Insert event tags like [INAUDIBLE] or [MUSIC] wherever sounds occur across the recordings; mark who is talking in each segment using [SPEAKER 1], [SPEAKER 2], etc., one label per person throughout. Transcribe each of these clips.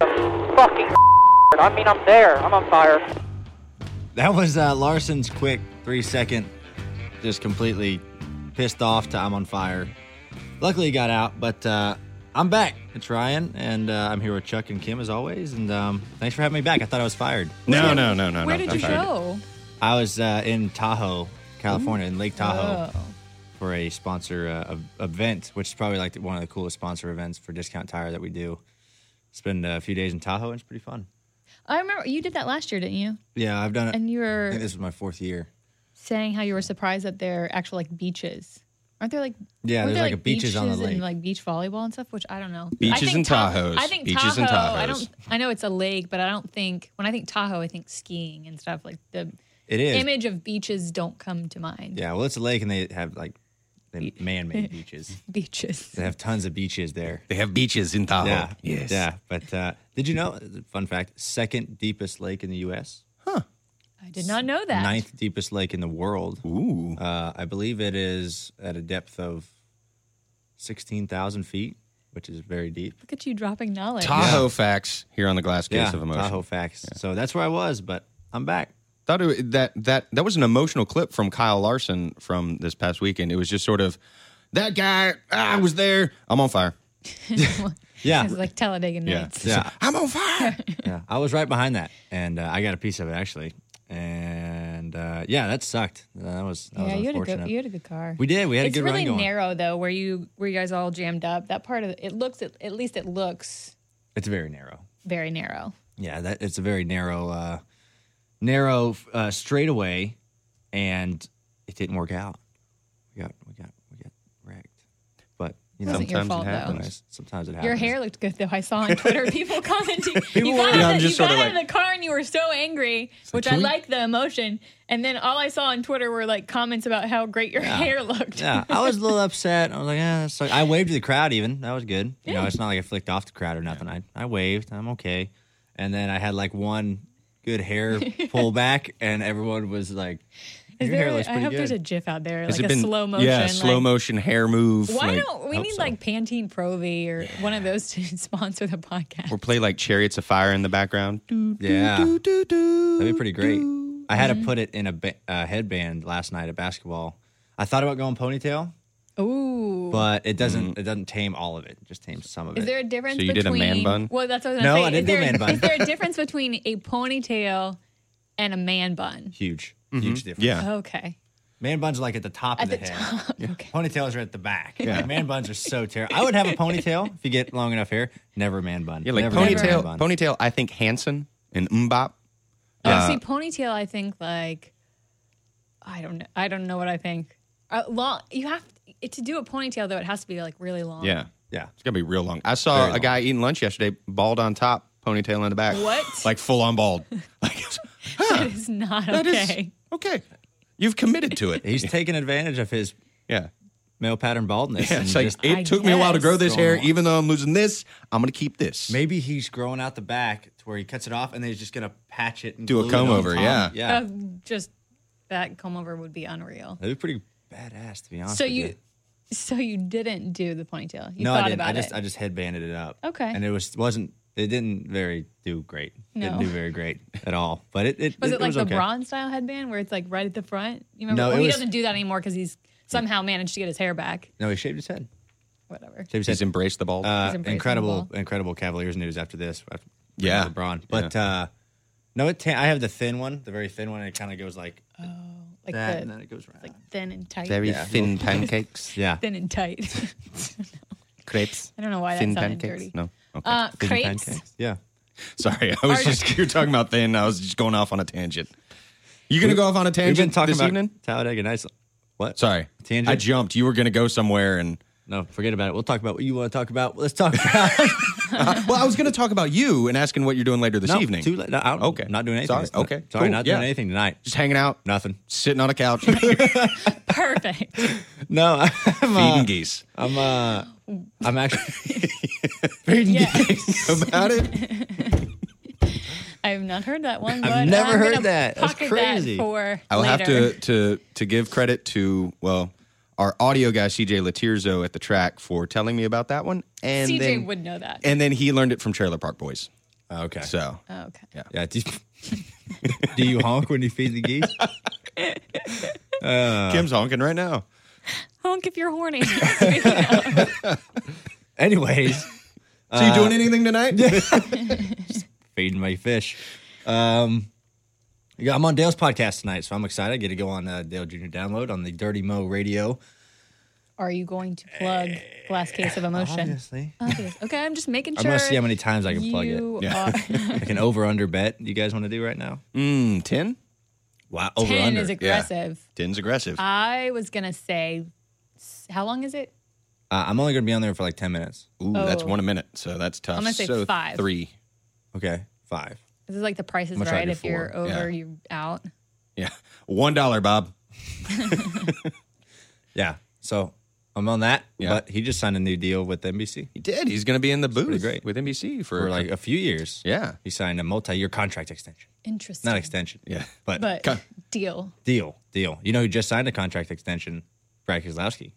[SPEAKER 1] fucking. [LAUGHS] I mean, I'm there. I'm on fire.
[SPEAKER 2] That was uh, Larson's quick three second, just completely pissed off to I'm on fire. Luckily, he got out, but uh, I'm back. It's Ryan, and uh, I'm here with Chuck and Kim as always. And um, thanks for having me back. I thought I was fired.
[SPEAKER 3] No, no, no, no,
[SPEAKER 4] Where
[SPEAKER 3] no.
[SPEAKER 4] did you
[SPEAKER 3] I'm sorry.
[SPEAKER 4] go?
[SPEAKER 2] I was uh, in Tahoe, California, in Lake Tahoe.
[SPEAKER 4] Oh.
[SPEAKER 2] for a sponsor uh, ev- event, which is probably like one of the coolest sponsor events for Discount Tire that we do. Spend uh, a few days in Tahoe, and it's pretty fun.
[SPEAKER 4] I remember you did that last year, didn't you?
[SPEAKER 2] Yeah, I've done it.
[SPEAKER 4] And you
[SPEAKER 2] I
[SPEAKER 4] were
[SPEAKER 2] think this was my fourth year.
[SPEAKER 4] saying how you were surprised that there are actual like beaches. Aren't there like
[SPEAKER 2] Yeah,
[SPEAKER 4] weren't
[SPEAKER 2] there's
[SPEAKER 4] there,
[SPEAKER 2] like, a beaches, on the lake.
[SPEAKER 4] and like beach volleyball and stuff? Which I don't know.
[SPEAKER 3] Beaches
[SPEAKER 4] I think
[SPEAKER 3] and
[SPEAKER 4] Ta-
[SPEAKER 3] Tahoes.
[SPEAKER 4] I think
[SPEAKER 3] Beaches
[SPEAKER 4] Tahoe.
[SPEAKER 3] and
[SPEAKER 4] I
[SPEAKER 3] Tahoes.
[SPEAKER 4] don't. I know it's a lake, but I don't think when I think Tahoe, I think skiing and stuff. Like the
[SPEAKER 2] it is.
[SPEAKER 4] image of beaches don't come to mind.
[SPEAKER 2] yeah, well, it's a lake, and they have like they man-made
[SPEAKER 4] [LAUGHS]
[SPEAKER 2] beaches.
[SPEAKER 4] Beaches.
[SPEAKER 2] They have tons of beaches there.
[SPEAKER 3] They have beaches in Tahoe.
[SPEAKER 2] Yeah,
[SPEAKER 3] Oh, Yes.
[SPEAKER 2] yeah. But uh, did you know? Fun fact: second deepest lake in the U.S.,
[SPEAKER 4] I did not know that.
[SPEAKER 2] ninth deepest lake in the world.
[SPEAKER 3] Ooh.
[SPEAKER 2] Uh, I believe it is at a depth of sixteen thousand feet, which is very deep.
[SPEAKER 4] Look at you dropping knowledge.
[SPEAKER 3] Tahoe facts here on the Glass Case
[SPEAKER 2] yeah,
[SPEAKER 3] of Emotion.
[SPEAKER 2] Tahoe facts. So that's where I was, but I'm back.
[SPEAKER 3] Thought it, that that that was an emotional clip from Kyle Larson from this past weekend. It was just sort of that guy. I was there. I'm on fire.
[SPEAKER 4] [LAUGHS]
[SPEAKER 2] Yeah,
[SPEAKER 4] It's like Talladega
[SPEAKER 3] Yeah.
[SPEAKER 4] Nights.
[SPEAKER 2] Yeah.
[SPEAKER 3] I'm on
[SPEAKER 4] [LAUGHS]
[SPEAKER 3] fire.
[SPEAKER 2] yeah. I was right behind that, and uh, I got a piece of it actually. And uh, yeah, that sucked. That was that was
[SPEAKER 4] Yeah, you had a
[SPEAKER 2] unfortunate.
[SPEAKER 4] good you had a good car.
[SPEAKER 2] we did. We had
[SPEAKER 4] it's
[SPEAKER 2] a good
[SPEAKER 4] really
[SPEAKER 2] run going.
[SPEAKER 4] narrow though, where you where you guys all jammed up. That part of it, it looks at, at least it looks
[SPEAKER 2] It's very narrow.
[SPEAKER 4] very narrow.
[SPEAKER 2] Yeah, that it's a very narrow, uh, narrow uh, straightaway, and it didn't work out. We got we got we got wrecked, but you know
[SPEAKER 4] Wasn't your
[SPEAKER 3] Sometimes it
[SPEAKER 4] fault, though.
[SPEAKER 3] happens.
[SPEAKER 2] sometimes, sometimes it happens.
[SPEAKER 4] Your hair looked good though. I saw on Twitter people commenting. you
[SPEAKER 3] were-
[SPEAKER 4] got,
[SPEAKER 3] Yeah,
[SPEAKER 4] out,
[SPEAKER 3] I'm
[SPEAKER 4] of the,
[SPEAKER 3] just
[SPEAKER 4] you got
[SPEAKER 3] sorta
[SPEAKER 4] out of the car and you were so angry, which I
[SPEAKER 3] "Can we-"
[SPEAKER 4] like the emotion. And then all I saw on Twitter were like comments about how great your hair looked.
[SPEAKER 2] yeah, I was a little upset. I was like, yeah, that's like, I waved to the crowd even. That was good. You know, it's not like I flicked off the crowd or nothing. I, I waved. I'm okay. And then I had like one good hair pull back, and everyone was like,
[SPEAKER 4] Is
[SPEAKER 2] your
[SPEAKER 4] there,
[SPEAKER 2] hair looks
[SPEAKER 4] I
[SPEAKER 2] pretty
[SPEAKER 4] hope
[SPEAKER 2] good.
[SPEAKER 4] there's a GIF out there,
[SPEAKER 3] Has
[SPEAKER 4] like a
[SPEAKER 3] it been-
[SPEAKER 4] slow motion.
[SPEAKER 3] Yeah, slow
[SPEAKER 4] like,
[SPEAKER 3] motion hair move.
[SPEAKER 4] Why
[SPEAKER 3] like-
[SPEAKER 4] don't we
[SPEAKER 2] hope
[SPEAKER 4] need
[SPEAKER 2] so.
[SPEAKER 4] like Pantene Pro V or one of those to [LAUGHS] sponsor the podcast?
[SPEAKER 3] or play like Chariots of Fire in the background? Doo, doo,
[SPEAKER 2] Yeah.
[SPEAKER 3] doo, doo, doo,
[SPEAKER 2] That'd be pretty great.
[SPEAKER 3] doo.
[SPEAKER 2] I had
[SPEAKER 4] Mm-hmm.
[SPEAKER 2] to put it in a ba- uh, headband last night at basketball. I thought about going ponytail,
[SPEAKER 4] Ooh.
[SPEAKER 2] but it
[SPEAKER 3] Mm-hmm.
[SPEAKER 2] doesn't. It doesn't tame all of it. It Just tames some of
[SPEAKER 4] Is
[SPEAKER 2] it.
[SPEAKER 4] there a difference
[SPEAKER 3] So you did a man
[SPEAKER 4] between
[SPEAKER 3] bun?
[SPEAKER 4] Well, that's what I was gonna
[SPEAKER 2] No,
[SPEAKER 4] say.
[SPEAKER 2] I didn't do
[SPEAKER 4] is,
[SPEAKER 2] a
[SPEAKER 4] there,
[SPEAKER 2] man bun.
[SPEAKER 4] is there a difference between a ponytail and a man bun?
[SPEAKER 2] huge, huge difference.
[SPEAKER 3] Mm-hmm. Yeah.
[SPEAKER 4] Okay.
[SPEAKER 2] man buns are like at the top
[SPEAKER 4] At
[SPEAKER 2] of the,
[SPEAKER 4] the
[SPEAKER 2] head.
[SPEAKER 4] top. [LAUGHS] Okay.
[SPEAKER 2] Ponytails are at the back.
[SPEAKER 3] Yeah.
[SPEAKER 2] Man buns are so terrible. I would have a ponytail if you get long enough hair. Never a man bun.
[SPEAKER 3] Yeah, like
[SPEAKER 2] Never a man
[SPEAKER 3] ponytail.
[SPEAKER 2] bun.
[SPEAKER 3] Ponytail. I think Hanson and Mbop.
[SPEAKER 4] Oh,
[SPEAKER 3] Uh,
[SPEAKER 4] see, ponytail. I think like I don't know. I don't know what I think. Uh, long. You have to, to do a ponytail though. It has to be like really long.
[SPEAKER 3] Yeah,
[SPEAKER 2] yeah.
[SPEAKER 3] it's gonna be real long. I saw
[SPEAKER 2] Very
[SPEAKER 3] a
[SPEAKER 2] long.
[SPEAKER 3] guy eating lunch yesterday, bald on top, ponytail in the back.
[SPEAKER 4] What?
[SPEAKER 3] Like full on
[SPEAKER 4] [LAUGHS]
[SPEAKER 3] bald. Like it's-
[SPEAKER 4] [LAUGHS] That is not
[SPEAKER 3] that is-
[SPEAKER 4] okay.
[SPEAKER 3] okay. You've committed
[SPEAKER 2] [LAUGHS]
[SPEAKER 3] to it.
[SPEAKER 2] He's taking advantage of his
[SPEAKER 3] Yeah.
[SPEAKER 2] male pattern baldness.
[SPEAKER 3] Yeah,
[SPEAKER 2] and
[SPEAKER 3] it's like
[SPEAKER 2] just-
[SPEAKER 3] it
[SPEAKER 4] I
[SPEAKER 3] took me a while to
[SPEAKER 4] guess.
[SPEAKER 3] grow this
[SPEAKER 2] Going
[SPEAKER 3] hair.
[SPEAKER 2] on.
[SPEAKER 3] Even though I'm losing this, I'm gonna keep this.
[SPEAKER 2] maybe he's growing out the back to where he cuts it off, and then he's just gonna patch it and
[SPEAKER 3] Do a
[SPEAKER 2] glue it
[SPEAKER 3] comb
[SPEAKER 2] on
[SPEAKER 3] over,
[SPEAKER 2] top.
[SPEAKER 3] yeah.
[SPEAKER 2] yeah.
[SPEAKER 4] Uh, just that comb over would be unreal.
[SPEAKER 2] That'd be pretty badass, to be honest.
[SPEAKER 4] So
[SPEAKER 2] with
[SPEAKER 4] you, [LAUGHS] so you didn't do the ponytail. You
[SPEAKER 2] no,
[SPEAKER 4] thought
[SPEAKER 2] I didn't.
[SPEAKER 4] about
[SPEAKER 2] I just
[SPEAKER 4] it.
[SPEAKER 2] I just headbanded it up.
[SPEAKER 4] Okay.
[SPEAKER 2] And it was wasn't it didn't very do great. Didn't
[SPEAKER 4] No.
[SPEAKER 2] do very great at all. But it, it
[SPEAKER 4] Was it, like
[SPEAKER 2] was
[SPEAKER 4] the
[SPEAKER 2] okay.
[SPEAKER 4] bronze style headband where it's like right at the front? You remember?
[SPEAKER 2] No,
[SPEAKER 4] well,
[SPEAKER 2] it
[SPEAKER 4] he
[SPEAKER 2] was-
[SPEAKER 4] doesn't do that anymore because he's somehow managed to get his hair back.
[SPEAKER 2] No, he shaved his head.
[SPEAKER 4] Whatever.
[SPEAKER 2] Shaved his
[SPEAKER 3] He's
[SPEAKER 2] head.
[SPEAKER 3] embraced the bald.
[SPEAKER 2] Uh,
[SPEAKER 4] embracing
[SPEAKER 2] incredible,
[SPEAKER 4] the
[SPEAKER 2] incredible Cavaliers news after this. after
[SPEAKER 3] Yeah.
[SPEAKER 2] LeBron. But uh, no, it. ta- I have the thin one, the very thin one, and it kind of goes like
[SPEAKER 4] Like
[SPEAKER 2] that,
[SPEAKER 4] the
[SPEAKER 2] and then it goes round.
[SPEAKER 4] like thin and tight.
[SPEAKER 3] Very
[SPEAKER 2] yeah.
[SPEAKER 3] [LAUGHS] thin pancakes.
[SPEAKER 2] yeah,
[SPEAKER 4] thin and tight. [LAUGHS]
[SPEAKER 3] Crepes.
[SPEAKER 4] I don't know why that
[SPEAKER 3] thin
[SPEAKER 4] sounded
[SPEAKER 3] pancakes.
[SPEAKER 4] dirty.
[SPEAKER 3] No. Okay.
[SPEAKER 4] uh,
[SPEAKER 3] Thin
[SPEAKER 4] crepes.
[SPEAKER 2] yeah.
[SPEAKER 3] Sorry, I was
[SPEAKER 4] Are-
[SPEAKER 3] just you were talking about thin. I was just going off on a tangent. You gonna go off on a
[SPEAKER 2] We've
[SPEAKER 3] tangent
[SPEAKER 2] been talking
[SPEAKER 3] this
[SPEAKER 2] about
[SPEAKER 3] evening?
[SPEAKER 2] Talladega Nights. What?
[SPEAKER 3] Sorry,
[SPEAKER 2] Tangent?
[SPEAKER 3] I jumped. You were gonna go somewhere, and
[SPEAKER 4] [LAUGHS]
[SPEAKER 2] No, forget about it. We'll talk about what you want to talk about. Let's talk about
[SPEAKER 3] well, I was gonna talk about you and asking what you're doing later this
[SPEAKER 2] no,
[SPEAKER 3] evening.
[SPEAKER 2] Too late. No, I don't-
[SPEAKER 3] Okay.
[SPEAKER 2] not doing anything.
[SPEAKER 3] Sorry.
[SPEAKER 2] It's not-
[SPEAKER 3] Okay.
[SPEAKER 2] sorry,
[SPEAKER 3] Cool.
[SPEAKER 2] not
[SPEAKER 3] Yeah.
[SPEAKER 2] doing anything tonight.
[SPEAKER 3] Just hanging out,
[SPEAKER 2] Nothing.
[SPEAKER 3] sitting on a [LAUGHS] couch, feeding
[SPEAKER 4] [LAUGHS] Perfect.
[SPEAKER 2] No, [LAUGHS] I'm uh,
[SPEAKER 3] geese.
[SPEAKER 2] I'm uh, I'm
[SPEAKER 4] [LAUGHS]
[SPEAKER 2] actually [LAUGHS] feeding
[SPEAKER 4] Yeah. [LAUGHS]
[SPEAKER 2] geese.
[SPEAKER 3] About it.
[SPEAKER 4] I have not heard that one. But
[SPEAKER 2] I've never
[SPEAKER 4] I'm
[SPEAKER 2] heard
[SPEAKER 4] gonna
[SPEAKER 2] that. That's
[SPEAKER 4] pocket
[SPEAKER 2] crazy.
[SPEAKER 4] That for
[SPEAKER 3] I will have
[SPEAKER 4] later. [LAUGHS]
[SPEAKER 3] to to to give credit to well our audio guy CJ Latirzo at the track for telling me about that one, and
[SPEAKER 4] CJ
[SPEAKER 3] then
[SPEAKER 4] would know that.
[SPEAKER 3] and then he learned it from Trailer Park Boys.
[SPEAKER 2] Okay.
[SPEAKER 3] So
[SPEAKER 4] Oh, okay.
[SPEAKER 3] Yeah.
[SPEAKER 2] yeah. Do you, [LAUGHS] do you honk when you feed the
[SPEAKER 3] [LAUGHS]
[SPEAKER 2] geese?
[SPEAKER 3] Kim's honking right now.
[SPEAKER 4] Honk if you're horny.
[SPEAKER 2] [LAUGHS]
[SPEAKER 4] [LAUGHS]
[SPEAKER 2] Anyways,
[SPEAKER 3] So you doing anything tonight?
[SPEAKER 2] feeding my fish. Um, yeah, I'm on Dale's podcast tonight, so I'm excited. I get to go on uh, Dale Jr. Download on the Dirty Mo Radio.
[SPEAKER 4] Are you going to plug Last Case of Emotion?
[SPEAKER 2] Obviously.
[SPEAKER 4] Obvious. Okay, I'm just making sure.
[SPEAKER 2] I'm gonna see how many times I can plug it.
[SPEAKER 4] you
[SPEAKER 2] [LAUGHS]
[SPEAKER 3] Yeah.
[SPEAKER 4] are-
[SPEAKER 2] Like an over under bet. You guys want to do right now?
[SPEAKER 3] [LAUGHS] Mm, ten.
[SPEAKER 2] Wow, over
[SPEAKER 4] Ten
[SPEAKER 2] under.
[SPEAKER 4] is aggressive.
[SPEAKER 3] Ten's aggressive.
[SPEAKER 4] I was gonna say, s- how long is it?
[SPEAKER 2] uh, I'm only gonna be on there for like ten minutes.
[SPEAKER 3] Ooh, that's
[SPEAKER 4] oh.
[SPEAKER 3] one a minute. So that's tough.
[SPEAKER 4] I'm gonna say
[SPEAKER 3] so
[SPEAKER 4] five.
[SPEAKER 3] Three.
[SPEAKER 2] Okay, five.
[SPEAKER 4] This is like the price is
[SPEAKER 2] gonna try
[SPEAKER 4] right.
[SPEAKER 2] to do
[SPEAKER 4] If you're
[SPEAKER 2] four.
[SPEAKER 4] over,
[SPEAKER 3] Yeah.
[SPEAKER 4] you're out.
[SPEAKER 3] Yeah. [LAUGHS] One dollar, Bob.
[SPEAKER 2] Yeah. So I'm on that.
[SPEAKER 3] Yeah.
[SPEAKER 2] But he just signed a new deal with NBC
[SPEAKER 3] He did. He's gonna be in the booth
[SPEAKER 2] great.
[SPEAKER 3] with NBC for,
[SPEAKER 2] for like a few years.
[SPEAKER 3] yeah,
[SPEAKER 2] He signed a multi-year contract extension.
[SPEAKER 4] Interesting.
[SPEAKER 2] Not extension.
[SPEAKER 3] yeah.
[SPEAKER 2] But,
[SPEAKER 4] But
[SPEAKER 3] Cut.
[SPEAKER 4] deal.
[SPEAKER 2] deal, deal. You know who just signed a contract extension? Brad Keselowski.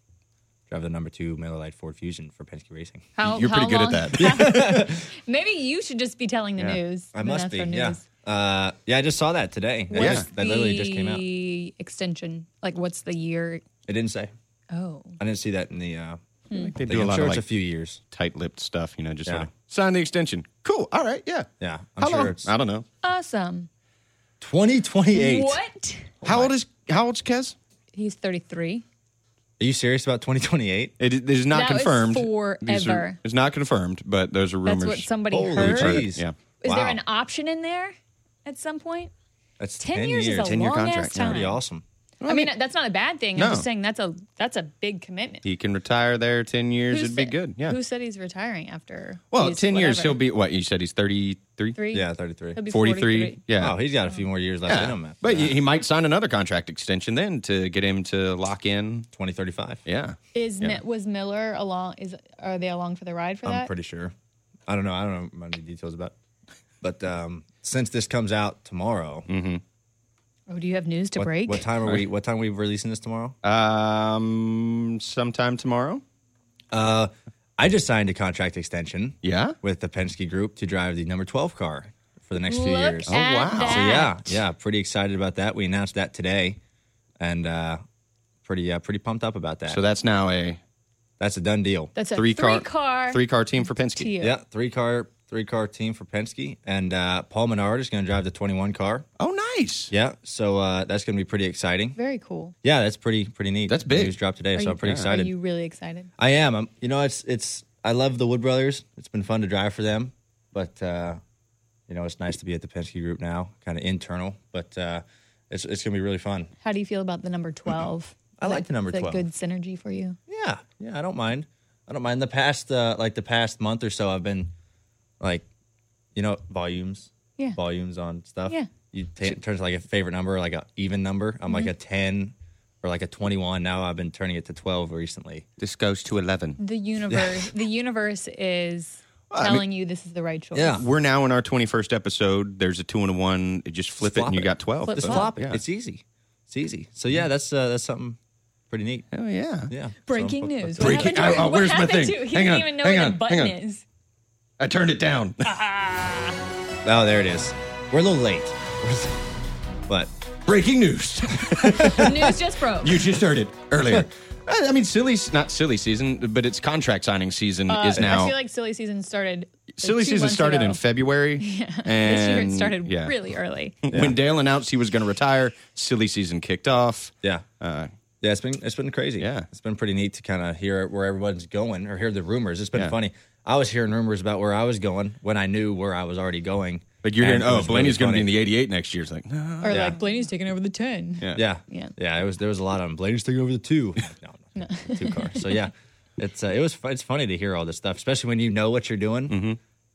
[SPEAKER 2] Drive the number two Miller Lite Ford Fusion for Penske Racing.
[SPEAKER 4] How
[SPEAKER 3] You're pretty
[SPEAKER 4] Oh, how
[SPEAKER 3] good
[SPEAKER 4] long-
[SPEAKER 3] at that.
[SPEAKER 4] [LAUGHS] Maybe you should just be telling the news.
[SPEAKER 2] I
[SPEAKER 4] the
[SPEAKER 2] must be.
[SPEAKER 4] Metro
[SPEAKER 2] Yeah.
[SPEAKER 4] News.
[SPEAKER 2] Uh, yeah, I just saw that today. That,
[SPEAKER 4] What's
[SPEAKER 2] just- that literally just came out. It
[SPEAKER 4] The extension. Like, what's the year?
[SPEAKER 2] didn't say.
[SPEAKER 4] Oh,
[SPEAKER 2] I didn't see that in the. Uh,
[SPEAKER 3] they
[SPEAKER 2] thing.
[SPEAKER 3] do a
[SPEAKER 2] I'm
[SPEAKER 3] lot
[SPEAKER 2] sure
[SPEAKER 3] of
[SPEAKER 2] it's
[SPEAKER 3] like
[SPEAKER 2] a few years.
[SPEAKER 3] tight-lipped stuff, you know. Just
[SPEAKER 2] Yeah.
[SPEAKER 3] sort of sign the extension. Cool. All right. Yeah.
[SPEAKER 2] Yeah, I'm
[SPEAKER 3] How
[SPEAKER 2] sure
[SPEAKER 3] long?
[SPEAKER 2] it's
[SPEAKER 3] I don't know.
[SPEAKER 4] awesome.
[SPEAKER 2] 2028.
[SPEAKER 4] What?
[SPEAKER 3] How old is How old's Kes?
[SPEAKER 4] He's 33.
[SPEAKER 2] Are you serious about 2028?
[SPEAKER 3] It is- it is not
[SPEAKER 4] That was
[SPEAKER 3] confirmed. These are-
[SPEAKER 4] forever.
[SPEAKER 3] it's not confirmed, but those are rumors.
[SPEAKER 4] That's what somebody
[SPEAKER 2] Holy
[SPEAKER 4] heard.
[SPEAKER 2] crap.
[SPEAKER 3] Heard it, Yeah.
[SPEAKER 4] Is there
[SPEAKER 2] Wow.
[SPEAKER 4] an option in there at some point?
[SPEAKER 2] That's
[SPEAKER 4] 10, years, is a
[SPEAKER 3] 10 year
[SPEAKER 4] long ass
[SPEAKER 3] contract, yeah.
[SPEAKER 4] time.
[SPEAKER 2] Pretty awesome.
[SPEAKER 4] I mean, that's not a bad thing.
[SPEAKER 3] No.
[SPEAKER 4] I'm just saying that's a that's a big commitment.
[SPEAKER 3] He can retire there ten years.
[SPEAKER 4] Who
[SPEAKER 3] it'd be
[SPEAKER 4] said-
[SPEAKER 3] good. Yeah.
[SPEAKER 4] Who said he's retiring after?
[SPEAKER 3] Well,
[SPEAKER 4] he's
[SPEAKER 3] ten years
[SPEAKER 4] whatever?
[SPEAKER 3] he'll be what you said. He's thirty-three.
[SPEAKER 4] three.
[SPEAKER 2] Yeah, 33.
[SPEAKER 4] He'll be
[SPEAKER 3] 43.
[SPEAKER 4] 43.
[SPEAKER 3] Yeah.
[SPEAKER 2] Oh, he's got a few more years left
[SPEAKER 3] Yeah.
[SPEAKER 2] in him. after
[SPEAKER 3] But
[SPEAKER 2] that.
[SPEAKER 3] he he might sign another contract extension then to get him to lock in.
[SPEAKER 2] 2035.
[SPEAKER 3] Yeah.
[SPEAKER 4] Is Mi- was Miller along? Is are they along for the ride for
[SPEAKER 2] I'm
[SPEAKER 4] that?
[SPEAKER 2] pretty sure. I don't know. I don't know many details about. it. But um, since this comes out tomorrow,
[SPEAKER 3] Mm-hmm.
[SPEAKER 4] oh, do you have news to
[SPEAKER 2] what,
[SPEAKER 4] break?
[SPEAKER 2] what time are we? What time are we releasing this tomorrow?
[SPEAKER 3] Um, sometime tomorrow.
[SPEAKER 2] I just signed a contract extension
[SPEAKER 3] Yeah.
[SPEAKER 2] with the Penske Group to drive the number 12 car for the next few
[SPEAKER 4] Look
[SPEAKER 2] years.
[SPEAKER 4] at
[SPEAKER 3] wow. So,
[SPEAKER 4] that.
[SPEAKER 2] So yeah, yeah, pretty excited about that. We announced that today, and uh, pretty uh, pretty pumped up about that.
[SPEAKER 3] So that's now a
[SPEAKER 2] That's a done deal.
[SPEAKER 4] That's a
[SPEAKER 3] three, car,
[SPEAKER 4] car
[SPEAKER 3] three car team for Penske.
[SPEAKER 4] tier.
[SPEAKER 2] Yeah, three car three car team for Penske, and uh, Paul Menard is going to drive the 21 car.
[SPEAKER 3] Oh, nice.
[SPEAKER 2] Yeah, so uh, that's going to be pretty exciting.
[SPEAKER 4] Very cool.
[SPEAKER 2] Yeah, that's pretty pretty neat.
[SPEAKER 3] That's big.
[SPEAKER 2] News dropped today,
[SPEAKER 4] Are
[SPEAKER 2] so
[SPEAKER 4] you-
[SPEAKER 2] I'm pretty
[SPEAKER 4] Are
[SPEAKER 2] excited.
[SPEAKER 4] you really excited?
[SPEAKER 2] I am. I'm, you know, it's it's. I love the Wood Brothers. It's been fun to drive for them, but uh, you know, it's nice to be at the Penske Group now, kind of internal. But uh, it's it's going to be really fun.
[SPEAKER 4] How do you feel about the number twelve?
[SPEAKER 2] I like the number
[SPEAKER 4] Is that
[SPEAKER 2] 12.
[SPEAKER 4] Good synergy for you.
[SPEAKER 2] Yeah, yeah, I don't mind. I don't mind. The past, uh, like the past month or so, I've been like, you know, volumes,
[SPEAKER 4] Yeah.
[SPEAKER 2] volumes on stuff.
[SPEAKER 4] Yeah.
[SPEAKER 2] you ta it turns like a favorite number, like a even number. I'm
[SPEAKER 4] Mm-hmm.
[SPEAKER 2] like a ten or like a twenty-one. Now I've been turning it to twelve recently.
[SPEAKER 3] This goes to eleven.
[SPEAKER 4] The universe. the universe is
[SPEAKER 3] I
[SPEAKER 4] telling you this is the right choice.
[SPEAKER 2] Yeah.
[SPEAKER 3] We're now in our twenty-first episode. There's a two and a one. You Just flip it,
[SPEAKER 2] Flop
[SPEAKER 3] and you
[SPEAKER 2] it.
[SPEAKER 3] got twelve.
[SPEAKER 4] Flip
[SPEAKER 2] Just
[SPEAKER 4] Oh,
[SPEAKER 2] flop it.
[SPEAKER 3] yeah.
[SPEAKER 2] It's easy. It's easy. So yeah, that's uh, that's something pretty neat.
[SPEAKER 3] Oh yeah.
[SPEAKER 2] Yeah.
[SPEAKER 4] Breaking
[SPEAKER 2] So-
[SPEAKER 4] news.
[SPEAKER 3] Breaking-
[SPEAKER 4] What happened to-
[SPEAKER 3] oh, oh,
[SPEAKER 4] what
[SPEAKER 3] where's my
[SPEAKER 4] happened
[SPEAKER 3] thing?
[SPEAKER 4] to- He
[SPEAKER 3] Hang
[SPEAKER 4] doesn't
[SPEAKER 3] on,
[SPEAKER 4] even know
[SPEAKER 3] hang
[SPEAKER 4] where the
[SPEAKER 3] on, hang
[SPEAKER 4] button
[SPEAKER 3] on.
[SPEAKER 4] is.
[SPEAKER 3] I turned it down. [LAUGHS]
[SPEAKER 2] Oh, there it is. We're a little late, [LAUGHS] but
[SPEAKER 3] Breaking news.
[SPEAKER 4] The news just broke.
[SPEAKER 3] you just heard it earlier. [LAUGHS] I I mean, silly, not silly season, but it's contract signing season is now.
[SPEAKER 4] [LAUGHS] I feel like silly season started. like,
[SPEAKER 3] silly
[SPEAKER 4] two
[SPEAKER 3] season
[SPEAKER 4] months
[SPEAKER 3] started
[SPEAKER 4] ago.
[SPEAKER 3] in [LAUGHS] February. And,
[SPEAKER 4] This year it started
[SPEAKER 3] yeah.
[SPEAKER 4] really early.
[SPEAKER 3] When Dale announced he was going to retire, silly season kicked off.
[SPEAKER 2] Yeah.
[SPEAKER 3] Uh,
[SPEAKER 2] yeah, it's been it's been crazy.
[SPEAKER 3] Yeah.
[SPEAKER 2] It's been pretty neat to kind of hear where everyone's going or hear the rumors. It's been
[SPEAKER 3] Yeah.
[SPEAKER 2] funny. I was hearing rumors about where I was going when I knew where I was already going.
[SPEAKER 3] Like you're
[SPEAKER 2] And
[SPEAKER 3] hearing,
[SPEAKER 2] it
[SPEAKER 3] oh,
[SPEAKER 2] was really
[SPEAKER 3] Blaney's going to be
[SPEAKER 2] funny.
[SPEAKER 3] in the 88 next year. It's like, no.
[SPEAKER 4] Or
[SPEAKER 2] Yeah.
[SPEAKER 4] like Blaney's taking over the ten.
[SPEAKER 3] Yeah.
[SPEAKER 2] Yeah.
[SPEAKER 4] Yeah.
[SPEAKER 2] Yeah. It was there was a lot of them. Bladen's taking over the two. [LAUGHS] no, no, two car. So yeah. It's uh, it was fu- it's funny to hear all this stuff, especially when you know what you're doing. Mm-hmm.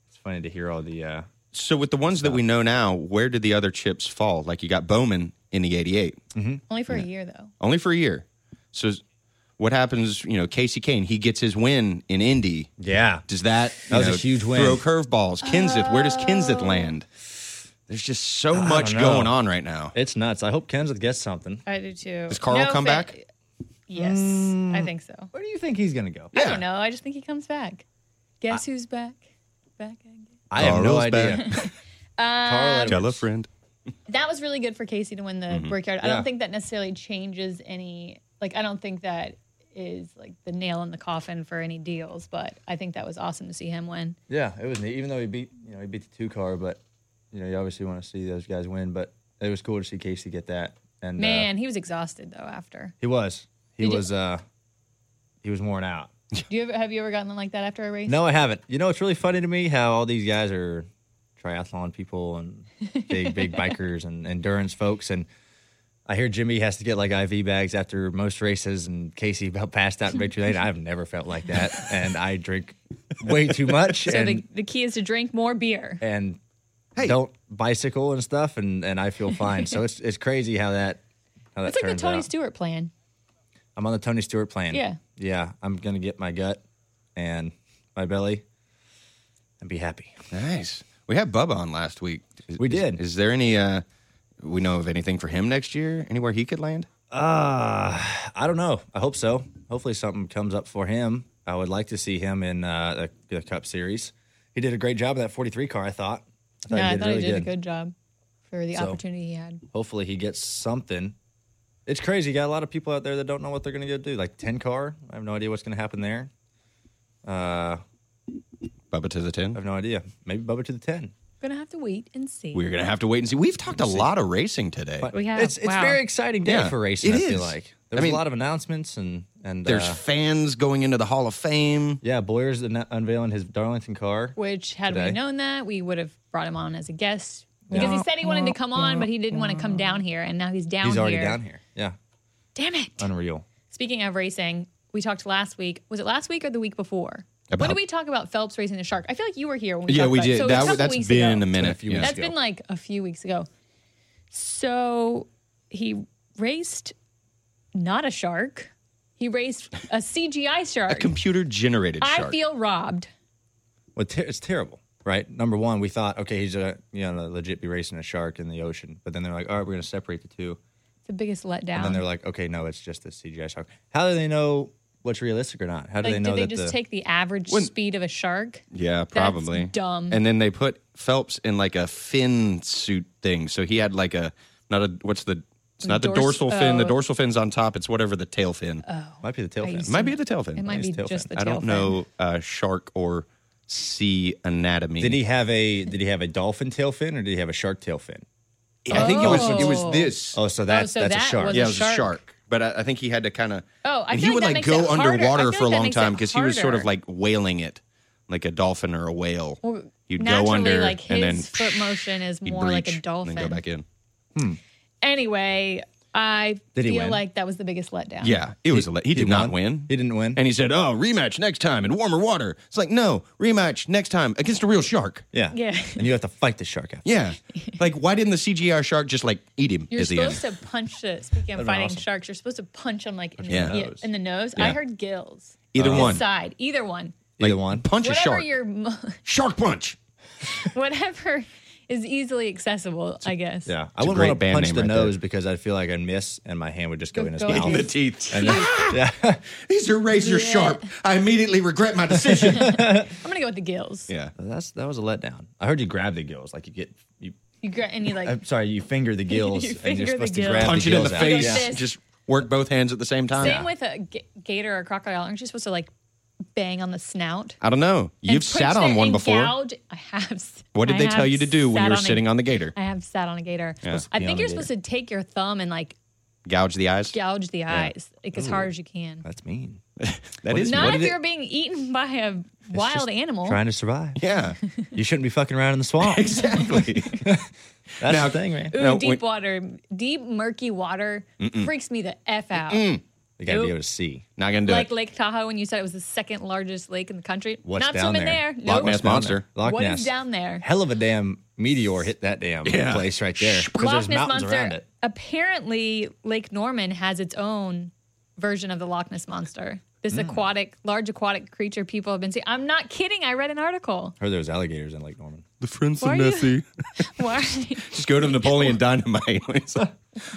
[SPEAKER 2] It's funny to hear all the uh,
[SPEAKER 3] So with the ones that we know now, where did the other chips fall? Like you got Bowman in the 88,
[SPEAKER 4] Only for a year though.
[SPEAKER 3] only for a year. So what happens, you know, Casey Kane, he gets his win in Indy.
[SPEAKER 2] yeah.
[SPEAKER 3] Does that,
[SPEAKER 2] That
[SPEAKER 3] you
[SPEAKER 2] was a
[SPEAKER 3] know,
[SPEAKER 2] huge win. Oh.
[SPEAKER 3] Throw curveballs. Kenseth, where does Kenseth land? There's just so much
[SPEAKER 2] know.
[SPEAKER 3] going on right now.
[SPEAKER 2] It's nuts. I hope Kenseth gets something.
[SPEAKER 4] I do too.
[SPEAKER 3] Does Carl come back? Mm.
[SPEAKER 4] Yes, I think so.
[SPEAKER 2] Where do you think he's gonna go?
[SPEAKER 4] I don't know. I just think he comes back. Guess who's back? Back. I guess.
[SPEAKER 2] I have no
[SPEAKER 3] Carl's
[SPEAKER 2] idea. Carl Edwards.
[SPEAKER 3] Tell a friend.
[SPEAKER 4] that was really good for Casey to win the
[SPEAKER 2] Mm-hmm.
[SPEAKER 4] Brickyard. I
[SPEAKER 3] Yeah.
[SPEAKER 4] don't think that necessarily changes any. Like, I don't think that is like the nail in the coffin for any deals. But I think that was awesome to see him win.
[SPEAKER 2] Yeah, it was neat. Even though he beat, you know, he beat the two car, but you know, you obviously want to see those guys win. But it was cool to see Casey get that. And uh,
[SPEAKER 4] Man, he was exhausted
[SPEAKER 2] [LAUGHS]
[SPEAKER 4] though after.
[SPEAKER 2] he was, he
[SPEAKER 4] Did you-
[SPEAKER 2] was, uh he was worn out.
[SPEAKER 4] Do you ever have you ever gotten like that after a race?
[SPEAKER 2] No, I haven't. You know, it's really funny to me how all these guys are triathlon people
[SPEAKER 4] [LAUGHS]
[SPEAKER 2] and big, big bikers and endurance folks. And I hear Jimmy has to get like IV bags after most races, and Casey about passed out in victory lane. I've never felt like that, and I drink way too much.
[SPEAKER 4] [LAUGHS] So
[SPEAKER 2] and
[SPEAKER 4] the, the key is to drink more beer.
[SPEAKER 2] and
[SPEAKER 3] Hey.
[SPEAKER 2] don't bicycle and stuff and and I feel fine. so
[SPEAKER 4] [LAUGHS]
[SPEAKER 2] it's it's crazy how that how that
[SPEAKER 4] It's like the
[SPEAKER 2] turns
[SPEAKER 4] Tony
[SPEAKER 2] out.
[SPEAKER 4] Stewart plan.
[SPEAKER 2] I'm on the Tony Stewart plan.
[SPEAKER 4] Yeah.
[SPEAKER 2] Yeah, I'm going to get my gut and my belly and be happy.
[SPEAKER 3] Nice. We had Bubba on last week. Is-
[SPEAKER 2] We
[SPEAKER 3] is-
[SPEAKER 2] did.
[SPEAKER 3] Is, there any? uh We know of anything for him next year? Anywhere he could land?
[SPEAKER 2] Uh, I don't know. I hope so. Hopefully something comes up for him. I would like to see him in uh, the, the Cup Series. He did a great job of that 43 car, I thought. I thought he
[SPEAKER 4] yeah, I
[SPEAKER 2] did
[SPEAKER 4] thought
[SPEAKER 2] really
[SPEAKER 4] he did
[SPEAKER 2] good.
[SPEAKER 4] a good job for the
[SPEAKER 2] So-
[SPEAKER 4] opportunity he had.
[SPEAKER 2] Hopefully he gets something. It's crazy. You got a lot of people out there that don't know what they're going to go do. Like 10 car. I have no idea what's going to happen there. Uh,
[SPEAKER 3] Bubba to the
[SPEAKER 2] I
[SPEAKER 3] ten.
[SPEAKER 2] have no idea. Maybe Bubba to the 10.
[SPEAKER 4] Gonna have to wait and see.
[SPEAKER 3] We're gonna have to wait and see. We've talked a lot of racing today.
[SPEAKER 2] But
[SPEAKER 4] We have-
[SPEAKER 2] It's, it's
[SPEAKER 4] wow.
[SPEAKER 2] very exciting day
[SPEAKER 3] Yeah,
[SPEAKER 2] for racing,
[SPEAKER 3] it
[SPEAKER 2] I feel
[SPEAKER 3] is.
[SPEAKER 2] like.
[SPEAKER 3] I
[SPEAKER 2] There's
[SPEAKER 3] mean-
[SPEAKER 2] a lot of announcements and, and
[SPEAKER 3] There's
[SPEAKER 2] uh,
[SPEAKER 3] fans going into the Hall of Fame.
[SPEAKER 2] yeah, Boyer's an- unveiling his Darlington car.
[SPEAKER 4] Which had
[SPEAKER 2] Today.
[SPEAKER 4] we known that, we would have brought him on as a guest. Because he said he wanted to come on, but he didn't want to come down here, and now he's down
[SPEAKER 2] He's already
[SPEAKER 4] here.
[SPEAKER 2] down here. Yeah.
[SPEAKER 4] Damn it!
[SPEAKER 2] Unreal.
[SPEAKER 4] Speaking of racing, we talked last week. Was it last week or the week before?
[SPEAKER 3] About-
[SPEAKER 4] when did we talk about Phelps racing the shark? I feel like you were here when we
[SPEAKER 3] Yeah,
[SPEAKER 4] talked
[SPEAKER 3] we
[SPEAKER 4] about it.
[SPEAKER 3] did.
[SPEAKER 4] So it was a
[SPEAKER 3] that,
[SPEAKER 4] couple
[SPEAKER 3] that's
[SPEAKER 4] weeks
[SPEAKER 3] been
[SPEAKER 4] ago.
[SPEAKER 3] a minute.
[SPEAKER 2] few
[SPEAKER 3] yeah.
[SPEAKER 2] minutes.
[SPEAKER 4] That's
[SPEAKER 2] ago.
[SPEAKER 4] been like a few weeks ago. So he raced not a shark. He raced a
[SPEAKER 3] [LAUGHS]
[SPEAKER 4] CGI
[SPEAKER 3] A
[SPEAKER 4] shark.
[SPEAKER 3] computer generated
[SPEAKER 4] I
[SPEAKER 3] shark.
[SPEAKER 4] feel robbed.
[SPEAKER 2] Well, ter- it's terrible, right? Number one, we thought, okay, he's a you know legit be racing a shark in the ocean, but then they're like, all right, we're going to separate the two.
[SPEAKER 4] It's the biggest letdown.
[SPEAKER 2] And then they're like, okay, no, it's just this CGI shark. How do they know what's realistic or not? How do
[SPEAKER 4] like,
[SPEAKER 2] they know
[SPEAKER 4] did they
[SPEAKER 2] that
[SPEAKER 4] just
[SPEAKER 2] the,
[SPEAKER 4] take the average
[SPEAKER 3] When-
[SPEAKER 4] speed of a shark?
[SPEAKER 3] yeah, probably.
[SPEAKER 4] dumb.
[SPEAKER 3] And then they put Phelps in like a fin suit thing. So he had like a not a what's the it's not the
[SPEAKER 4] Dors-
[SPEAKER 3] dorsal fin. The
[SPEAKER 4] oh.
[SPEAKER 3] dorsal fin's on top. It's whatever the tail fin.
[SPEAKER 2] might be the tail
[SPEAKER 4] I
[SPEAKER 2] fin?
[SPEAKER 4] used
[SPEAKER 3] It might be the tail fin.
[SPEAKER 4] It might be
[SPEAKER 2] tail
[SPEAKER 4] just
[SPEAKER 2] fin.
[SPEAKER 4] the
[SPEAKER 3] I
[SPEAKER 4] tail
[SPEAKER 3] don't
[SPEAKER 4] fin.
[SPEAKER 3] know uh, shark or sea anatomy.
[SPEAKER 2] Did he have a did he have a dolphin tail fin or did he have a shark tail fin?
[SPEAKER 3] I think it was
[SPEAKER 4] Oh.
[SPEAKER 3] it was this.
[SPEAKER 2] Oh, so that's
[SPEAKER 4] so
[SPEAKER 2] that's a
[SPEAKER 4] that
[SPEAKER 2] shark.
[SPEAKER 4] was
[SPEAKER 3] yeah,
[SPEAKER 4] a
[SPEAKER 3] it was a
[SPEAKER 4] shark.
[SPEAKER 3] shark. But I, I think he had to kind of.
[SPEAKER 4] Oh, I
[SPEAKER 3] and
[SPEAKER 4] feel
[SPEAKER 3] he
[SPEAKER 4] like
[SPEAKER 3] would
[SPEAKER 4] that
[SPEAKER 3] like
[SPEAKER 4] makes
[SPEAKER 3] go
[SPEAKER 4] it harder. I
[SPEAKER 3] underwater
[SPEAKER 4] feel
[SPEAKER 3] for a
[SPEAKER 4] like that
[SPEAKER 3] long
[SPEAKER 4] makes it
[SPEAKER 3] time because he was sort of
[SPEAKER 4] harder.
[SPEAKER 3] like wailing it, like a dolphin or a whale. You'd go
[SPEAKER 4] Naturally,
[SPEAKER 3] under
[SPEAKER 4] like his
[SPEAKER 3] and then
[SPEAKER 4] foot motion is
[SPEAKER 3] he'd
[SPEAKER 4] more like
[SPEAKER 3] breach
[SPEAKER 4] a
[SPEAKER 3] and
[SPEAKER 4] dolphin.
[SPEAKER 3] then go back in.
[SPEAKER 4] Anyway, I
[SPEAKER 2] Did he
[SPEAKER 4] feel
[SPEAKER 2] win?
[SPEAKER 4] like that was the biggest letdown.
[SPEAKER 3] Yeah, it was. a le- he, did not
[SPEAKER 2] won.
[SPEAKER 3] win.
[SPEAKER 2] He didn't win.
[SPEAKER 3] And he said, "Oh, rematch next time in warmer water." It's like, no, rematch next time against a real shark.
[SPEAKER 2] yeah.
[SPEAKER 4] Yeah.
[SPEAKER 2] And you have to fight the shark after.
[SPEAKER 4] [LAUGHS]
[SPEAKER 3] Yeah, like why didn't the CGI shark just like eat him
[SPEAKER 4] You're
[SPEAKER 3] at the end?
[SPEAKER 4] supposed to punch the speaking of
[SPEAKER 2] been
[SPEAKER 4] fighting
[SPEAKER 2] awesome.
[SPEAKER 4] sharks, you're supposed to punch them like in,
[SPEAKER 3] Yeah.
[SPEAKER 4] the, yeah, in the nose. I
[SPEAKER 3] Yeah.
[SPEAKER 4] heard gills.
[SPEAKER 3] Either
[SPEAKER 4] His
[SPEAKER 3] one,
[SPEAKER 4] side, either one.
[SPEAKER 2] Either one.
[SPEAKER 3] punch a
[SPEAKER 4] Whatever
[SPEAKER 3] shark,
[SPEAKER 4] your mo- [LAUGHS]
[SPEAKER 3] shark punch.
[SPEAKER 4] whatever is easily accessible, I guess.
[SPEAKER 2] Yeah. I
[SPEAKER 3] It's a
[SPEAKER 2] wouldn't
[SPEAKER 3] great
[SPEAKER 2] want to
[SPEAKER 3] band
[SPEAKER 2] punch
[SPEAKER 3] name
[SPEAKER 2] the
[SPEAKER 3] right there.
[SPEAKER 2] nose because I'd feel like I'd miss and my hand would just go
[SPEAKER 4] Go-
[SPEAKER 2] in his
[SPEAKER 4] go
[SPEAKER 2] mouth.
[SPEAKER 4] in [LAUGHS]
[SPEAKER 3] The teeth.
[SPEAKER 2] And then- yeah.
[SPEAKER 3] [LAUGHS] These are razor
[SPEAKER 4] Yeah.
[SPEAKER 3] sharp. I immediately regret my decision.
[SPEAKER 4] I'm gonna go with the gills.
[SPEAKER 3] yeah.
[SPEAKER 2] That's that was a letdown. I heard you grab the gills, like you get you
[SPEAKER 4] You gra- and you like
[SPEAKER 2] I'm sorry, you finger the gills
[SPEAKER 4] [LAUGHS] You
[SPEAKER 2] and
[SPEAKER 4] finger
[SPEAKER 2] you're
[SPEAKER 4] the
[SPEAKER 2] supposed to
[SPEAKER 4] gills.
[SPEAKER 2] grab
[SPEAKER 3] Punch
[SPEAKER 2] the
[SPEAKER 3] it in
[SPEAKER 2] gills
[SPEAKER 3] the
[SPEAKER 2] out.
[SPEAKER 3] face.
[SPEAKER 2] Yeah.
[SPEAKER 4] fist.
[SPEAKER 3] Just work both hands at the same time.
[SPEAKER 4] same with a g- gator or crocodile. Aren't you supposed to like bang on the snout?
[SPEAKER 3] I don't know.
[SPEAKER 4] and
[SPEAKER 3] You've sat
[SPEAKER 4] punch
[SPEAKER 3] on
[SPEAKER 4] it
[SPEAKER 3] one
[SPEAKER 4] and
[SPEAKER 3] before.
[SPEAKER 4] gouge- I have. s-
[SPEAKER 3] What did
[SPEAKER 4] I
[SPEAKER 3] they
[SPEAKER 4] have
[SPEAKER 3] tell you to do when
[SPEAKER 4] sat
[SPEAKER 3] you were
[SPEAKER 4] a-
[SPEAKER 3] sitting on the [LAUGHS] gator?
[SPEAKER 4] I have sat on a gator. I
[SPEAKER 2] be on
[SPEAKER 4] think
[SPEAKER 2] a
[SPEAKER 4] you're
[SPEAKER 2] gator.
[SPEAKER 4] supposed to take your thumb and like
[SPEAKER 3] Gouge the eyes.
[SPEAKER 4] gouge the eyes, like as hard as you can.
[SPEAKER 2] That's mean.
[SPEAKER 3] That
[SPEAKER 2] What
[SPEAKER 3] is.
[SPEAKER 2] is-
[SPEAKER 4] Not
[SPEAKER 2] what
[SPEAKER 4] if
[SPEAKER 2] did it-
[SPEAKER 4] you're being eaten by a wild animal.
[SPEAKER 2] Trying to survive.
[SPEAKER 3] [LAUGHS] [LAUGHS] Yeah.
[SPEAKER 2] You shouldn't be fucking around in the swamp.
[SPEAKER 3] [LAUGHS] Exactly.
[SPEAKER 2] That's
[SPEAKER 3] Now-
[SPEAKER 2] the thing, man.
[SPEAKER 4] Ooh,
[SPEAKER 3] No,
[SPEAKER 4] deep
[SPEAKER 3] when-
[SPEAKER 4] water, deep murky water freaks me the f out.
[SPEAKER 2] You gotta be
[SPEAKER 4] Nope.
[SPEAKER 2] able to see.
[SPEAKER 3] Not gonna do
[SPEAKER 4] Like
[SPEAKER 3] it.
[SPEAKER 4] Lake Tahoe, when you said it was the second largest lake in the country.
[SPEAKER 2] What's
[SPEAKER 4] Not
[SPEAKER 2] down
[SPEAKER 4] swimming
[SPEAKER 2] there?
[SPEAKER 4] there.
[SPEAKER 3] Loch
[SPEAKER 4] Nope.
[SPEAKER 3] Ness Monster.
[SPEAKER 2] Loch
[SPEAKER 4] What is
[SPEAKER 2] Ness.
[SPEAKER 4] down there?
[SPEAKER 2] Hell of a damn meteor hit that damn
[SPEAKER 3] Yeah.
[SPEAKER 2] place right there. Because
[SPEAKER 4] Loch
[SPEAKER 2] there's
[SPEAKER 4] Ness
[SPEAKER 2] mountains around
[SPEAKER 4] Monster.
[SPEAKER 2] it.
[SPEAKER 4] Apparently, Lake Norman has its own version of the Loch Ness Monster. This
[SPEAKER 2] Hmm.
[SPEAKER 4] aquatic, large aquatic creature people have been seeing. I'm not kidding. I read an article. [LAUGHS]
[SPEAKER 2] Heard there was alligators in Lake Norman.
[SPEAKER 3] The Prince
[SPEAKER 4] Why are you- [LAUGHS] Why?
[SPEAKER 3] Just go to Napoleon Dynamite. [LAUGHS] It's like,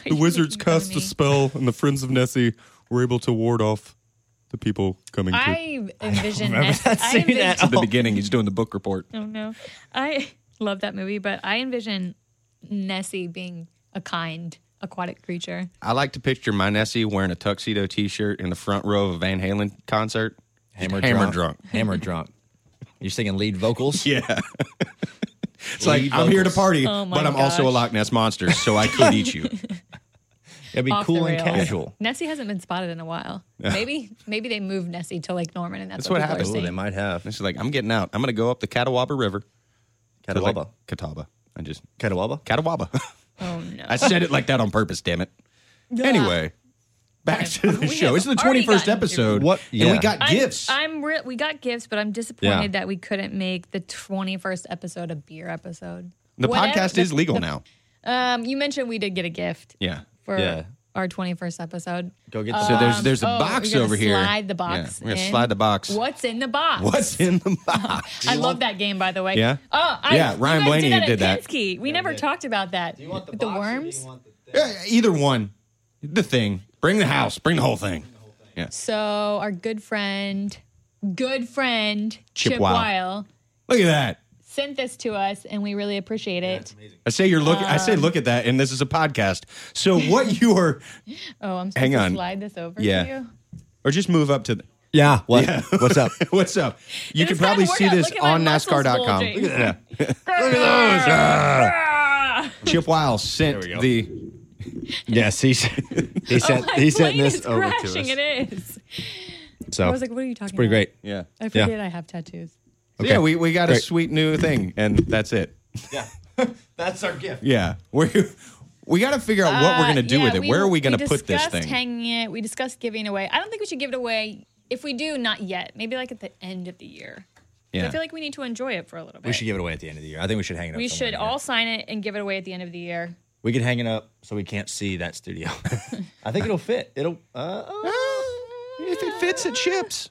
[SPEAKER 4] The wizards cast a
[SPEAKER 3] spell, and the Friends of Nessie were able to ward off the people coming to
[SPEAKER 4] I
[SPEAKER 2] [LAUGHS]
[SPEAKER 4] envision
[SPEAKER 2] remember
[SPEAKER 4] S-
[SPEAKER 2] that Oh.
[SPEAKER 4] I
[SPEAKER 2] scene at
[SPEAKER 4] [LAUGHS] envision-
[SPEAKER 2] all.
[SPEAKER 3] the beginning. He's doing the book report.
[SPEAKER 4] Oh no. I love that movie, but I envision Nessie being a kind aquatic creature.
[SPEAKER 3] I like to picture my Nessie wearing a tuxedo T-shirt in the front row of a Van Halen concert.
[SPEAKER 2] Hammer,
[SPEAKER 3] Hammer
[SPEAKER 2] drunk.
[SPEAKER 3] drunk.
[SPEAKER 2] Hammer drunk. You're singing lead vocals.
[SPEAKER 3] Yeah. It's like
[SPEAKER 2] Lead
[SPEAKER 3] I'm here to
[SPEAKER 2] vocals.
[SPEAKER 3] party,
[SPEAKER 4] Oh my
[SPEAKER 3] but I'm also a
[SPEAKER 4] gosh.
[SPEAKER 3] Loch Ness monster, so I could eat [LAUGHS] you.
[SPEAKER 2] It'd be
[SPEAKER 4] Off the
[SPEAKER 2] cool and
[SPEAKER 4] rails.
[SPEAKER 2] casual.
[SPEAKER 4] Nessie hasn't been spotted in a while. Maybe maybe they moved Nessie to Lake Norman and that's,
[SPEAKER 3] That's
[SPEAKER 4] what,
[SPEAKER 3] what
[SPEAKER 4] people
[SPEAKER 3] happened.
[SPEAKER 4] are
[SPEAKER 2] Ooh,
[SPEAKER 4] seeing.
[SPEAKER 2] they might have.
[SPEAKER 3] It's like I'm getting out. I'm gonna go up the Catawba River. to, like,
[SPEAKER 2] Catawba.
[SPEAKER 3] Catawba. I just
[SPEAKER 2] Catawba.
[SPEAKER 3] Catawba. [LAUGHS]
[SPEAKER 4] Oh no.
[SPEAKER 3] I said it like that on purpose. Damn it. Anyway, back to the
[SPEAKER 4] [LAUGHS] We
[SPEAKER 3] show.
[SPEAKER 4] have
[SPEAKER 3] It's the
[SPEAKER 4] already
[SPEAKER 3] 21st
[SPEAKER 4] gotten
[SPEAKER 3] episode.
[SPEAKER 2] through- What-
[SPEAKER 3] And we
[SPEAKER 2] yeah.
[SPEAKER 3] got
[SPEAKER 4] I'm,
[SPEAKER 3] gifts.
[SPEAKER 4] I'm re- we got gifts, but I'm disappointed that we couldn't make the 21st episode a beer episode.
[SPEAKER 3] the
[SPEAKER 4] Whatever-
[SPEAKER 3] podcast
[SPEAKER 4] the-
[SPEAKER 3] is legal now.
[SPEAKER 4] Um, you mentioned we did get a gift
[SPEAKER 3] Yeah.
[SPEAKER 4] for
[SPEAKER 2] Yeah.
[SPEAKER 4] our 21st episode.
[SPEAKER 2] Go get
[SPEAKER 3] So
[SPEAKER 2] the
[SPEAKER 3] there's there's a
[SPEAKER 4] oh,
[SPEAKER 3] box
[SPEAKER 4] we're gonna
[SPEAKER 3] over here.
[SPEAKER 4] slide the box
[SPEAKER 3] Yeah, we're gonna
[SPEAKER 4] in.
[SPEAKER 3] slide the box.
[SPEAKER 4] What's in the box?
[SPEAKER 3] What's in the
[SPEAKER 4] [LAUGHS]
[SPEAKER 3] box?
[SPEAKER 4] I love that game, by the way.
[SPEAKER 3] Yeah?
[SPEAKER 4] Oh, I,
[SPEAKER 3] Yeah,
[SPEAKER 4] you
[SPEAKER 3] Ryan
[SPEAKER 4] guys
[SPEAKER 3] Blaney
[SPEAKER 4] did that.
[SPEAKER 3] did that.
[SPEAKER 4] at Penske. We never talked about that. With the worms.
[SPEAKER 3] Yeah, Eh, Either one, the thing. Bring the house. Bring the whole thing. Yeah.
[SPEAKER 4] so our good friend, good friend
[SPEAKER 3] Chip
[SPEAKER 4] Chip,
[SPEAKER 3] Weil.
[SPEAKER 4] Weil.
[SPEAKER 3] Look at that.
[SPEAKER 4] sent this to us, and we really appreciate it.
[SPEAKER 3] I say you're looking. I
[SPEAKER 4] Um,
[SPEAKER 3] say look at that, and this is a podcast. So what you are,
[SPEAKER 4] Oh, I'm supposed
[SPEAKER 3] Hang
[SPEAKER 4] to
[SPEAKER 3] on.
[SPEAKER 4] slide this over
[SPEAKER 3] Yeah.
[SPEAKER 4] to you.
[SPEAKER 3] or just move up to. The, [LAUGHS]
[SPEAKER 2] Yeah. What? [LAUGHS] What's up?
[SPEAKER 3] what's up? You
[SPEAKER 4] It
[SPEAKER 3] can
[SPEAKER 4] is time
[SPEAKER 3] probably
[SPEAKER 4] to work
[SPEAKER 3] see
[SPEAKER 4] out.
[SPEAKER 3] this
[SPEAKER 4] Look at my
[SPEAKER 3] on
[SPEAKER 4] muscles
[SPEAKER 3] NASCAR.com.
[SPEAKER 4] bulging.
[SPEAKER 3] Look at that.
[SPEAKER 4] Look at those. Ah.
[SPEAKER 3] [LAUGHS] Chip Weil sent
[SPEAKER 2] There we go.
[SPEAKER 3] [LAUGHS] the.
[SPEAKER 2] Yes, he
[SPEAKER 3] [LAUGHS]
[SPEAKER 2] s- he sent he sent this over
[SPEAKER 4] Oh, is
[SPEAKER 2] to us.
[SPEAKER 4] crashing. It is.
[SPEAKER 2] So
[SPEAKER 3] Oh,
[SPEAKER 4] I was like, "What are you talking
[SPEAKER 2] pretty
[SPEAKER 4] about?" [LAUGHS]
[SPEAKER 2] great.
[SPEAKER 3] Yeah.
[SPEAKER 4] I forget I have tattoos.
[SPEAKER 3] So Yeah,
[SPEAKER 2] Okay.
[SPEAKER 3] we, we got a
[SPEAKER 2] Great.
[SPEAKER 3] sweet new thing, and that's it.
[SPEAKER 2] Yeah, [LAUGHS] that's our gift.
[SPEAKER 3] Yeah. We we got to figure out what we're going to
[SPEAKER 4] Uh,
[SPEAKER 3] do
[SPEAKER 4] yeah,
[SPEAKER 3] with it. Where are we going to put this
[SPEAKER 4] discussed
[SPEAKER 3] thing?
[SPEAKER 4] Hanging it. We discussed giving it away. I don't think we should give it away. If we do, not yet. Maybe like at the end of the year.
[SPEAKER 3] yeah.
[SPEAKER 4] I feel like we need to enjoy it for a little bit.
[SPEAKER 2] We should give it away at the end of the year. I think we should hang it up.
[SPEAKER 4] We
[SPEAKER 2] somewhere
[SPEAKER 4] should
[SPEAKER 2] in here.
[SPEAKER 4] all sign it and give it away at the end of the year.
[SPEAKER 2] We could hang it up so we can't see that
[SPEAKER 3] [LAUGHS]
[SPEAKER 2] studio. I think it'll fit. It'll. Uh,
[SPEAKER 3] if it fits, it ships.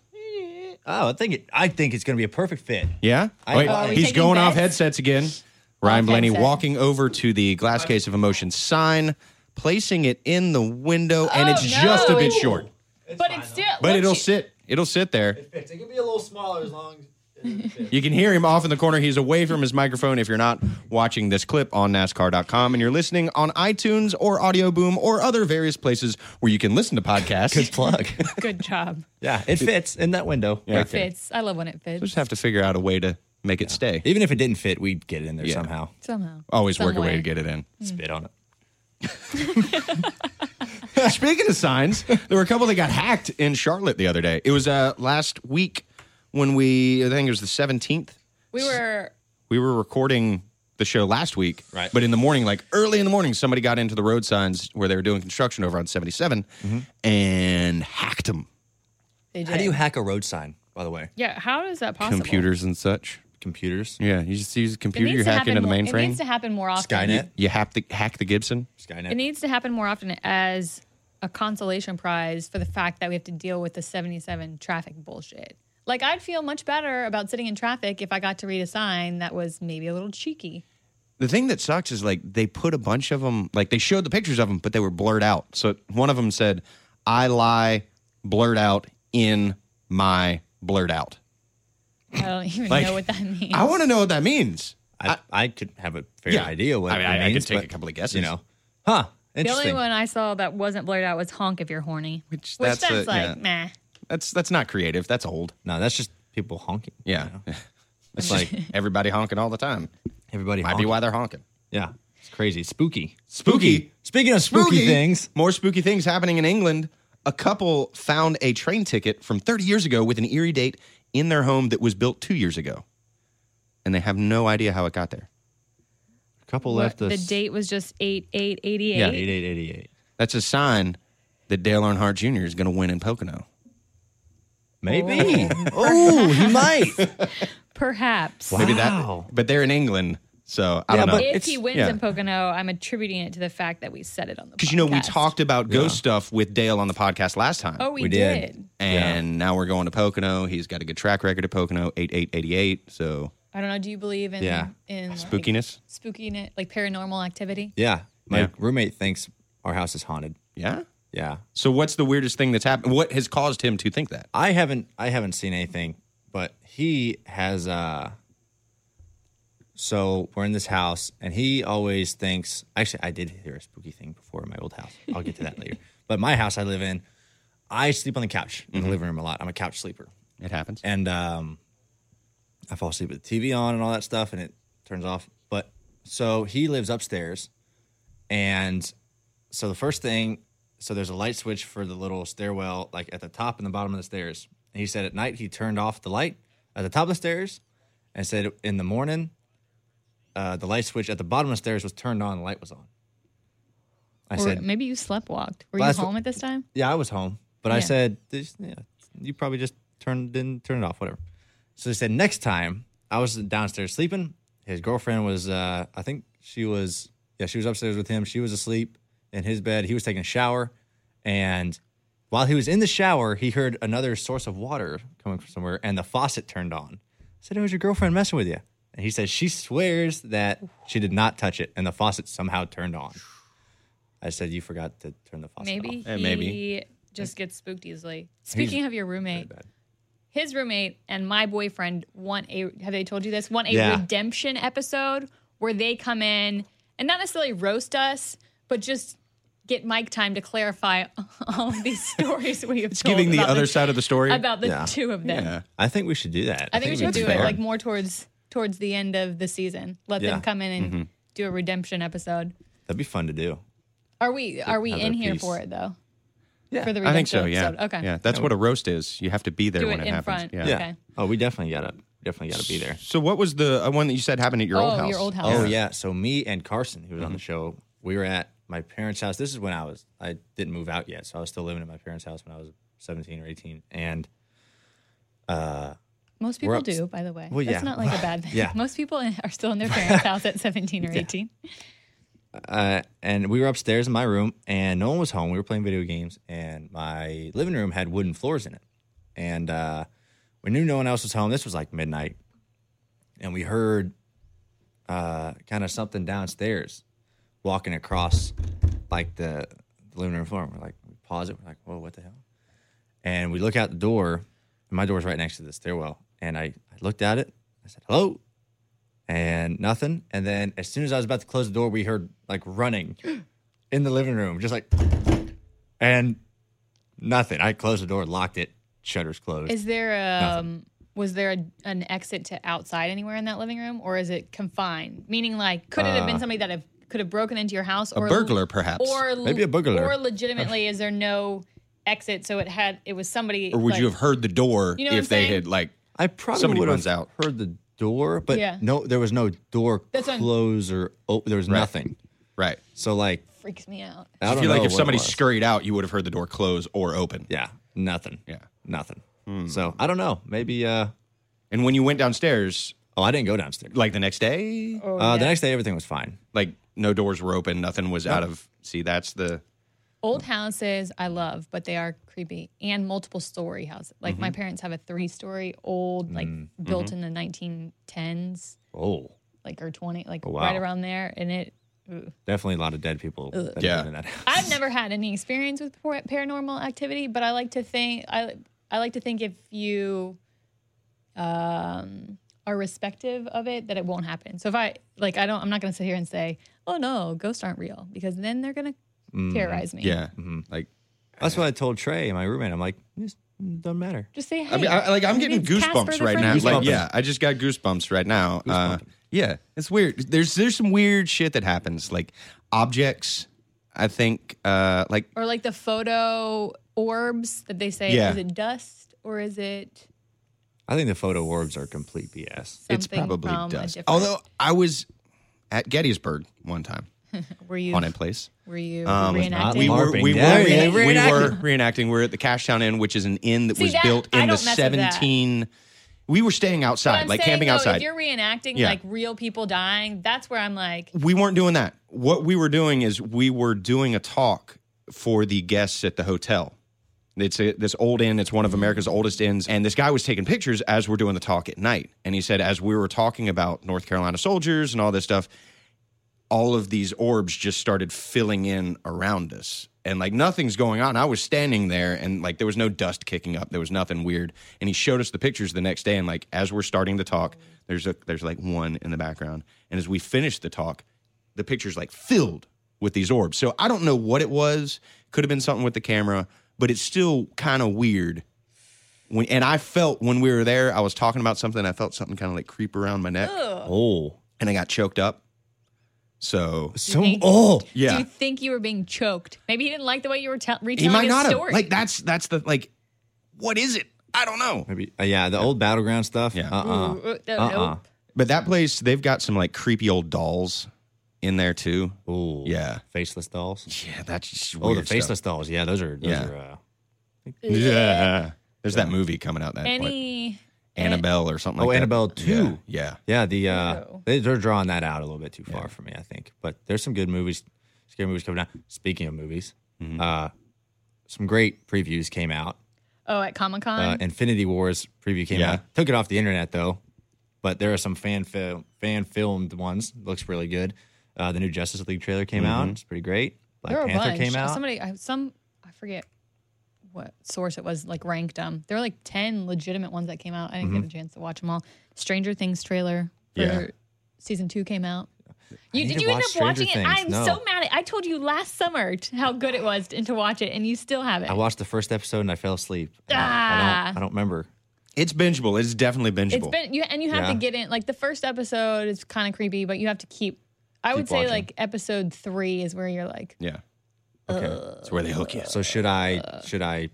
[SPEAKER 2] oh, I think it. I think it's gonna be a perfect fit.
[SPEAKER 3] Yeah.
[SPEAKER 2] I-
[SPEAKER 3] Wait,
[SPEAKER 2] Are we
[SPEAKER 3] he's
[SPEAKER 4] taking
[SPEAKER 3] going off
[SPEAKER 4] bets?
[SPEAKER 3] headsets again. Ryan
[SPEAKER 4] Off
[SPEAKER 3] Blaney
[SPEAKER 4] headset.
[SPEAKER 3] walking over to the glass case of emotion sign, placing it in the window, and
[SPEAKER 4] Oh,
[SPEAKER 3] it's just a
[SPEAKER 4] no.
[SPEAKER 3] bit short,
[SPEAKER 4] but it's still.
[SPEAKER 3] but
[SPEAKER 4] once
[SPEAKER 3] it'll
[SPEAKER 4] you-
[SPEAKER 3] sit. It'll sit there.
[SPEAKER 2] It can be a little smaller as long as.
[SPEAKER 3] You can hear him off in the corner. He's away from his microphone if you're not watching this clip on NASCAR.com and you're listening on iTunes or Audio Boom or other various places where you can listen to podcasts.
[SPEAKER 2] Good plug.
[SPEAKER 4] [LAUGHS]
[SPEAKER 2] [LAUGHS]
[SPEAKER 4] Good job.
[SPEAKER 2] yeah, it fits in that window.
[SPEAKER 3] Yeah.
[SPEAKER 4] It fits. I love when it fits.
[SPEAKER 3] We just have to figure out a way to make it stay.
[SPEAKER 2] Even if it didn't fit, we'd get it in there
[SPEAKER 3] Yeah. Mm.
[SPEAKER 2] somehow.
[SPEAKER 4] Somehow.
[SPEAKER 3] Always work a
[SPEAKER 4] Some
[SPEAKER 3] way to get it in. [LAUGHS]
[SPEAKER 2] Spit on it.
[SPEAKER 3] Speaking of signs, there were a couple that got hacked in Charlotte the other day. It was uh, last week when we, I think it was the 17th.
[SPEAKER 4] We were.
[SPEAKER 3] We were recording the show last week.
[SPEAKER 2] Right.
[SPEAKER 3] But in the morning, like early in the morning, somebody got into the road signs where they were doing construction over on 77 and hacked them.
[SPEAKER 4] They did.
[SPEAKER 2] How do you hack a road sign? By the way,
[SPEAKER 4] yeah. How is that possible?
[SPEAKER 3] Computers and such.
[SPEAKER 2] computers,
[SPEAKER 3] Yeah, you just use a
[SPEAKER 4] It
[SPEAKER 3] computer,
[SPEAKER 4] needs
[SPEAKER 3] you
[SPEAKER 4] to
[SPEAKER 3] hack
[SPEAKER 4] happen
[SPEAKER 3] into the
[SPEAKER 4] more- It needs
[SPEAKER 3] mainframe.
[SPEAKER 4] to happen more often.
[SPEAKER 2] Skynet,
[SPEAKER 3] You hack the, hack the Gibson.
[SPEAKER 4] It
[SPEAKER 2] Skynet.
[SPEAKER 4] needs to happen more often as a consolation prize for the fact that we have to deal with the 77 traffic bullshit. Like, I'd feel much better about sitting in traffic if I got to read a sign that was maybe a little cheeky.
[SPEAKER 3] The thing that sucks is like they put a bunch of them, like they showed the pictures of them, but they were blurred out. So one of them said, I lie blurred out in my blurred out.
[SPEAKER 4] I don't [LAUGHS] even
[SPEAKER 3] Like,
[SPEAKER 4] know what that means.
[SPEAKER 3] I want to know what that means.
[SPEAKER 2] I, I could have a fair idea what
[SPEAKER 3] I mean,
[SPEAKER 2] it
[SPEAKER 3] I- I could
[SPEAKER 2] means,
[SPEAKER 3] take
[SPEAKER 2] but,
[SPEAKER 3] a couple of guesses.
[SPEAKER 2] You know, huh?
[SPEAKER 4] the only
[SPEAKER 2] Interesting.
[SPEAKER 4] one I saw that wasn't blurred out was honk if you're horny.
[SPEAKER 3] Which,
[SPEAKER 4] Which
[SPEAKER 3] that's,
[SPEAKER 4] that's,
[SPEAKER 3] a-
[SPEAKER 4] like,
[SPEAKER 3] yeah.
[SPEAKER 4] meh.
[SPEAKER 3] That's that's not creative. That's old.
[SPEAKER 2] no, that's just people honking.
[SPEAKER 3] Yeah. [LAUGHS] It's like everybody honking all the time.
[SPEAKER 2] Everybody
[SPEAKER 3] Might be
[SPEAKER 2] honking.
[SPEAKER 3] why they're honking.
[SPEAKER 2] Yeah, it's crazy. Spooky.
[SPEAKER 3] Spooky.
[SPEAKER 2] Speaking of spooky, things,
[SPEAKER 3] More spooky things happening in England. A couple found a train ticket from 30 years ago with an eerie date in their home that was built two years ago, and they have no idea how it got there.
[SPEAKER 2] a couple
[SPEAKER 4] What-
[SPEAKER 2] left
[SPEAKER 4] the
[SPEAKER 2] us.
[SPEAKER 4] date was just 8 8
[SPEAKER 2] Yeah,
[SPEAKER 4] 88.
[SPEAKER 2] 8888.
[SPEAKER 3] That's a sign that Dale Earnhardt Jr. is going to win in Pocono.
[SPEAKER 2] Maybe. [LAUGHS] Oh, he [LAUGHS] might.
[SPEAKER 4] Perhaps.
[SPEAKER 3] Maybe
[SPEAKER 2] Wow.
[SPEAKER 3] that, but they're in England, so I
[SPEAKER 2] Yeah,
[SPEAKER 3] don't know.
[SPEAKER 2] but
[SPEAKER 4] If he wins
[SPEAKER 3] yeah.
[SPEAKER 4] in Pocono, I'm attributing it to the fact that we said it on the
[SPEAKER 3] Because you know we
[SPEAKER 4] podcast.
[SPEAKER 3] talked about ghost stuff with Dale on the podcast last time.
[SPEAKER 4] Oh, we,
[SPEAKER 2] We did.
[SPEAKER 4] did.
[SPEAKER 3] and now we're going to Pocono. He's got a good track record at Pocono, eight eight eighty eight. So
[SPEAKER 4] I don't know. Do you believe in
[SPEAKER 2] Yeah.
[SPEAKER 4] in like,
[SPEAKER 3] spookiness.
[SPEAKER 4] spookiness, like paranormal activity.
[SPEAKER 2] Yeah. My
[SPEAKER 3] Yeah.
[SPEAKER 2] roommate thinks our house is haunted.
[SPEAKER 3] Yeah.
[SPEAKER 2] Yeah.
[SPEAKER 3] So what's the weirdest thing that's happened? What has caused him to think that?
[SPEAKER 2] I haven't I haven't seen anything, but he has uh so we're in this house and he always thinks actually I did hear a spooky thing before in my old house. I'll get to that [LAUGHS] later. But my house I live in, I sleep on the couch in the living room a lot. I'm a couch sleeper.
[SPEAKER 3] It happens.
[SPEAKER 2] And um, I fall asleep with the TV on and all that stuff, and it turns off. But so he lives upstairs, and so the first thing, so there's a light switch for the little stairwell, like at the top and the bottom of the stairs. And he said at night he turned off the light at the top of the stairs, and said in the morning, uh, the light switch at the bottom of the stairs was turned on, the light was on. I
[SPEAKER 4] or
[SPEAKER 2] said,
[SPEAKER 4] maybe you sleptwalked. Were
[SPEAKER 2] Well,
[SPEAKER 4] you
[SPEAKER 2] that's what-
[SPEAKER 4] home at this time?
[SPEAKER 2] yeah, I was home, but I
[SPEAKER 4] Yeah.
[SPEAKER 2] said, "This- yeah, you probably just turned didn't turn it off, whatever. So they said next time I was downstairs sleeping. His girlfriend was, uh, I think she was, yeah, she was upstairs with him. She was asleep in his bed. He was taking a shower, and while he was in the shower, he heard another source of water coming from somewhere, and the faucet turned on. I said, "It was your girlfriend messing with you." And he said she swears that she did not touch it, and the faucet somehow turned on. I said, "You forgot to turn the faucet off."
[SPEAKER 4] Maybe he
[SPEAKER 3] Eh, maybe.
[SPEAKER 4] just gets spooked easily. Speaking of your roommate,
[SPEAKER 2] bad.
[SPEAKER 4] his roommate and my boyfriend want a. Have they told you this? Want a
[SPEAKER 2] Yeah.
[SPEAKER 4] redemption episode where they come in and not necessarily roast us, but just get Mike time to clarify [LAUGHS] all
[SPEAKER 3] [LAUGHS]
[SPEAKER 4] of these stories we have told
[SPEAKER 3] Giving the
[SPEAKER 4] about
[SPEAKER 3] other side of the story.
[SPEAKER 4] about the
[SPEAKER 2] Yeah.
[SPEAKER 4] two of them.
[SPEAKER 3] Yeah.
[SPEAKER 2] I think we should do that.
[SPEAKER 4] I, think we should
[SPEAKER 2] that's
[SPEAKER 4] do it
[SPEAKER 2] fair.
[SPEAKER 4] like more towards towards the end of the season. Let
[SPEAKER 2] Yeah.
[SPEAKER 4] them come in
[SPEAKER 3] Mm-hmm.
[SPEAKER 4] and do a redemption episode.
[SPEAKER 2] That'd be fun to do.
[SPEAKER 4] Are we are we
[SPEAKER 2] Another
[SPEAKER 4] in here
[SPEAKER 2] piece.
[SPEAKER 4] for it though? Yeah, for the
[SPEAKER 3] I think
[SPEAKER 4] redemption
[SPEAKER 3] so. Yeah.
[SPEAKER 4] episode. Okay.
[SPEAKER 3] Yeah. That's what a roast is. You have to be there
[SPEAKER 4] Do
[SPEAKER 3] when
[SPEAKER 4] it
[SPEAKER 3] it,
[SPEAKER 4] in
[SPEAKER 3] happens.
[SPEAKER 4] front.
[SPEAKER 3] Yeah.
[SPEAKER 2] Yeah.
[SPEAKER 4] Okay.
[SPEAKER 2] Oh, we definitely gotta definitely gotta be there.
[SPEAKER 3] So what was the uh, one that you said happened at your
[SPEAKER 4] Oh,
[SPEAKER 3] old house?
[SPEAKER 4] your old house.
[SPEAKER 2] Oh yeah. So me and Carson, who was
[SPEAKER 4] Mm-hmm.
[SPEAKER 2] on the show, we were at my parents' house. This is when I was I didn't move out yet, so I was still living at my parents' house when I was seventeen or eighteen. And
[SPEAKER 4] Most
[SPEAKER 2] We're
[SPEAKER 4] people
[SPEAKER 2] up-
[SPEAKER 4] do, by the way.
[SPEAKER 2] Well,
[SPEAKER 4] That's
[SPEAKER 2] yeah.
[SPEAKER 4] not like a bad thing.
[SPEAKER 2] Yeah.
[SPEAKER 4] Most people in- are still in their parents' house at 17 or 18.
[SPEAKER 2] uh, and we were upstairs in my room, and no one was home. We were playing video games, and my living room had wooden floors in it, and uh, we knew no one else was home. This was like midnight, and we heard uh, kind of something downstairs walking across like the, the living room floor. And we're like, we pause it. We're like, whoa, what the hell? And we look out the door, and my door's right next to the stairwell. And I, I looked at it. I said, hello and nothing. And then as soon as I was about to close the door, we heard like running [GASPS] in the living room, just like, and nothing. I closed the door, locked it, shutters closed.
[SPEAKER 4] Is there um was there a, an exit to outside anywhere in that living room or is it confined? Meaning like could it have been somebody that have could have broken into your house
[SPEAKER 3] A
[SPEAKER 4] or
[SPEAKER 3] burglar, perhaps.
[SPEAKER 4] or
[SPEAKER 2] Maybe a burglar.
[SPEAKER 4] or legitimately is there no exit so it had it was somebody
[SPEAKER 3] or would
[SPEAKER 4] like-
[SPEAKER 3] you have heard the door
[SPEAKER 4] You know what
[SPEAKER 3] if
[SPEAKER 4] I'm
[SPEAKER 3] they
[SPEAKER 4] saying?
[SPEAKER 3] had like
[SPEAKER 2] I probably
[SPEAKER 3] Somebody
[SPEAKER 2] would have
[SPEAKER 3] runs out.
[SPEAKER 2] heard the door, but
[SPEAKER 4] Yeah.
[SPEAKER 2] no, there was no door
[SPEAKER 4] That's what I'm-
[SPEAKER 2] close or open. There was nothing.
[SPEAKER 3] right?
[SPEAKER 2] So like,
[SPEAKER 4] freaks me out.
[SPEAKER 2] I
[SPEAKER 3] I
[SPEAKER 2] don't
[SPEAKER 3] feel like
[SPEAKER 2] know
[SPEAKER 3] if
[SPEAKER 2] what it
[SPEAKER 3] somebody
[SPEAKER 2] was.
[SPEAKER 3] scurried out, you would have heard the door close or open.
[SPEAKER 2] yeah, nothing.
[SPEAKER 3] Yeah. Hmm.
[SPEAKER 2] nothing. So I don't know. Maybe. uh
[SPEAKER 3] And when you went downstairs,
[SPEAKER 2] Oh, I didn't go downstairs.
[SPEAKER 3] like the next day,
[SPEAKER 4] Oh,
[SPEAKER 2] uh, The
[SPEAKER 4] yeah.
[SPEAKER 2] next day, everything was fine.
[SPEAKER 3] like no doors were open, nothing was out of. See, that's the
[SPEAKER 4] Old houses I love, but they are creepy and multiple story houses. Like
[SPEAKER 2] Mm-hmm.
[SPEAKER 4] my parents have a three story old, like built in the 1910s,
[SPEAKER 2] Oh,
[SPEAKER 4] like or 20, like
[SPEAKER 2] wow.
[SPEAKER 4] right around there. And it,
[SPEAKER 2] definitely a lot of dead people. that have
[SPEAKER 3] Yeah.
[SPEAKER 2] been in that house.
[SPEAKER 4] I've never had any experience with par- paranormal activity, but I like to think I I like to think if you um, are respective of it, that it won't happen. So if I like, I don't, I'm not going to sit here and say, oh no, ghosts aren't real, because then they're going to
[SPEAKER 2] Mm,
[SPEAKER 4] terrorize me.
[SPEAKER 3] yeah. Like
[SPEAKER 2] That's what I told Trey, my roommate. I'm like, this doesn't matter.
[SPEAKER 4] Just say, hey,
[SPEAKER 3] I mean, I, like I'm getting
[SPEAKER 4] it's Casper
[SPEAKER 3] goosebumps
[SPEAKER 4] the
[SPEAKER 3] right now.
[SPEAKER 4] Friendly
[SPEAKER 3] Like
[SPEAKER 2] Goosebumps.
[SPEAKER 3] yeah, I just got goosebumps right now. Uh, yeah, it's weird. There's there's some weird shit that happens. Like objects, I think. Uh, like
[SPEAKER 4] or like the photo orbs that they say
[SPEAKER 3] Yeah.
[SPEAKER 4] is it dust or is it
[SPEAKER 2] I think the photo orbs are complete BS.
[SPEAKER 4] something
[SPEAKER 3] it's probably
[SPEAKER 4] from
[SPEAKER 3] dust.
[SPEAKER 4] A different,
[SPEAKER 3] Although I was at Gettysburg one time
[SPEAKER 4] were you
[SPEAKER 3] on a place.
[SPEAKER 4] were you
[SPEAKER 3] Um,
[SPEAKER 4] reenacting?
[SPEAKER 3] We were,
[SPEAKER 2] LARPing.
[SPEAKER 3] we, were,
[SPEAKER 2] There you go.
[SPEAKER 3] we were
[SPEAKER 2] Reenacting.
[SPEAKER 3] reenacting. We are at the Cashtown Inn, which is an inn that
[SPEAKER 4] See,
[SPEAKER 3] was
[SPEAKER 4] that-
[SPEAKER 3] built
[SPEAKER 4] I
[SPEAKER 3] in the
[SPEAKER 4] don't mess with that.
[SPEAKER 3] 17. We were staying
[SPEAKER 4] But
[SPEAKER 3] outside,
[SPEAKER 4] I'm
[SPEAKER 3] like
[SPEAKER 4] saying,
[SPEAKER 3] camping
[SPEAKER 4] though,
[SPEAKER 3] outside.
[SPEAKER 4] If you're reenacting
[SPEAKER 3] Yeah.
[SPEAKER 4] like real people dying, that's where I'm like,
[SPEAKER 3] we weren't doing that. What we were doing is we were doing a talk for the guests at the hotel. It's a, this old inn. It's one of America's oldest inns. And this guy was taking pictures as we're doing the talk at night. And he said, as we were talking about North Carolina soldiers and all this stuff, all of these orbs just started filling in around us. And like nothing's going on. I was standing there and like there was no dust kicking up. There was nothing weird. And he showed us the pictures the next day. And like as we're starting to talk, there's a there's like one in the background. And as we finished the talk, the picture's like filled with these orbs. So I don't know what it was. Could have been something with the camera, but it's still kind of weird. When, and I felt when we were there, I was talking about something. I felt something kind of like creep around my neck,
[SPEAKER 2] Oh,
[SPEAKER 3] and I got choked up. So
[SPEAKER 2] so
[SPEAKER 4] think-
[SPEAKER 2] oh,
[SPEAKER 3] yeah,
[SPEAKER 4] Do you think you were being choked? Maybe he didn't like the way you were tell
[SPEAKER 3] he
[SPEAKER 4] retelling
[SPEAKER 3] might
[SPEAKER 4] his
[SPEAKER 3] not have.
[SPEAKER 4] story.
[SPEAKER 3] Like that's that's the like, what is it? I don't know.
[SPEAKER 2] maybe uh, yeah, the old battleground stuff.
[SPEAKER 3] Yeah.
[SPEAKER 2] uh-uh.
[SPEAKER 4] Ooh, uh,
[SPEAKER 2] Uh-uh.
[SPEAKER 4] nope.
[SPEAKER 3] But that place, they've got some like creepy old dolls in there too.
[SPEAKER 2] Ooh.
[SPEAKER 3] Yeah.
[SPEAKER 2] Faceless dolls.
[SPEAKER 3] Yeah, that's just
[SPEAKER 2] Oh,
[SPEAKER 3] weird
[SPEAKER 2] the
[SPEAKER 3] stuff.
[SPEAKER 2] faceless dolls. Yeah, those are those
[SPEAKER 3] Yeah.
[SPEAKER 2] are uh,
[SPEAKER 3] Yeah, there's that movie coming out that like,
[SPEAKER 4] Any
[SPEAKER 3] eh, Annabelle or something.
[SPEAKER 2] Oh,
[SPEAKER 3] like that.
[SPEAKER 2] Annabelle
[SPEAKER 3] Yeah,
[SPEAKER 2] 2.
[SPEAKER 3] yeah.
[SPEAKER 2] Yeah, the uh,
[SPEAKER 4] Ew.
[SPEAKER 2] they, they're drawing that out a little bit too far for me, I think. But there's some good movies, scary movies coming out. Speaking of movies,
[SPEAKER 3] Mm-hmm.
[SPEAKER 2] uh, some great previews came out.
[SPEAKER 4] oh at Comic Con.
[SPEAKER 2] Uh, Infinity Wars preview came
[SPEAKER 3] Yeah.
[SPEAKER 2] out. Took it off the internet though, but there are some fan fil- fan filmed ones. Looks really good. Uh, the new Justice League trailer came out.
[SPEAKER 3] Mm-hmm.
[SPEAKER 2] It's pretty great. Black
[SPEAKER 4] there were a
[SPEAKER 2] Panther
[SPEAKER 4] bunch.
[SPEAKER 2] came out.
[SPEAKER 4] Somebody, I, some I forget what source it was. Like ranked them. There were like ten legitimate ones that came out. I didn't
[SPEAKER 2] Mm-hmm.
[SPEAKER 4] get a chance to watch them all. Stranger Things trailer for
[SPEAKER 3] Yeah.
[SPEAKER 4] season two came out. You,
[SPEAKER 2] need
[SPEAKER 4] did
[SPEAKER 2] to
[SPEAKER 4] you end up
[SPEAKER 2] watch Stranger
[SPEAKER 4] watching it?
[SPEAKER 2] Things.
[SPEAKER 4] I'm
[SPEAKER 2] No.
[SPEAKER 4] so mad. At, I told you last summer t- how good it was and to watch it, and you still haven't.
[SPEAKER 2] I watched the first episode and I fell asleep. And I- I,
[SPEAKER 4] Ah.
[SPEAKER 2] don't, I don't remember.
[SPEAKER 3] It's bingeable. It's definitely bingeable.
[SPEAKER 4] It's been you and you have
[SPEAKER 2] Yeah.
[SPEAKER 4] to get in like the first episode is kind of creepy, but you have to keep. I would say
[SPEAKER 2] watching.
[SPEAKER 4] like episode three is where you're like,
[SPEAKER 3] yeah,
[SPEAKER 2] Okay.
[SPEAKER 4] Uh,
[SPEAKER 3] it's where they hook you.
[SPEAKER 2] so should I should I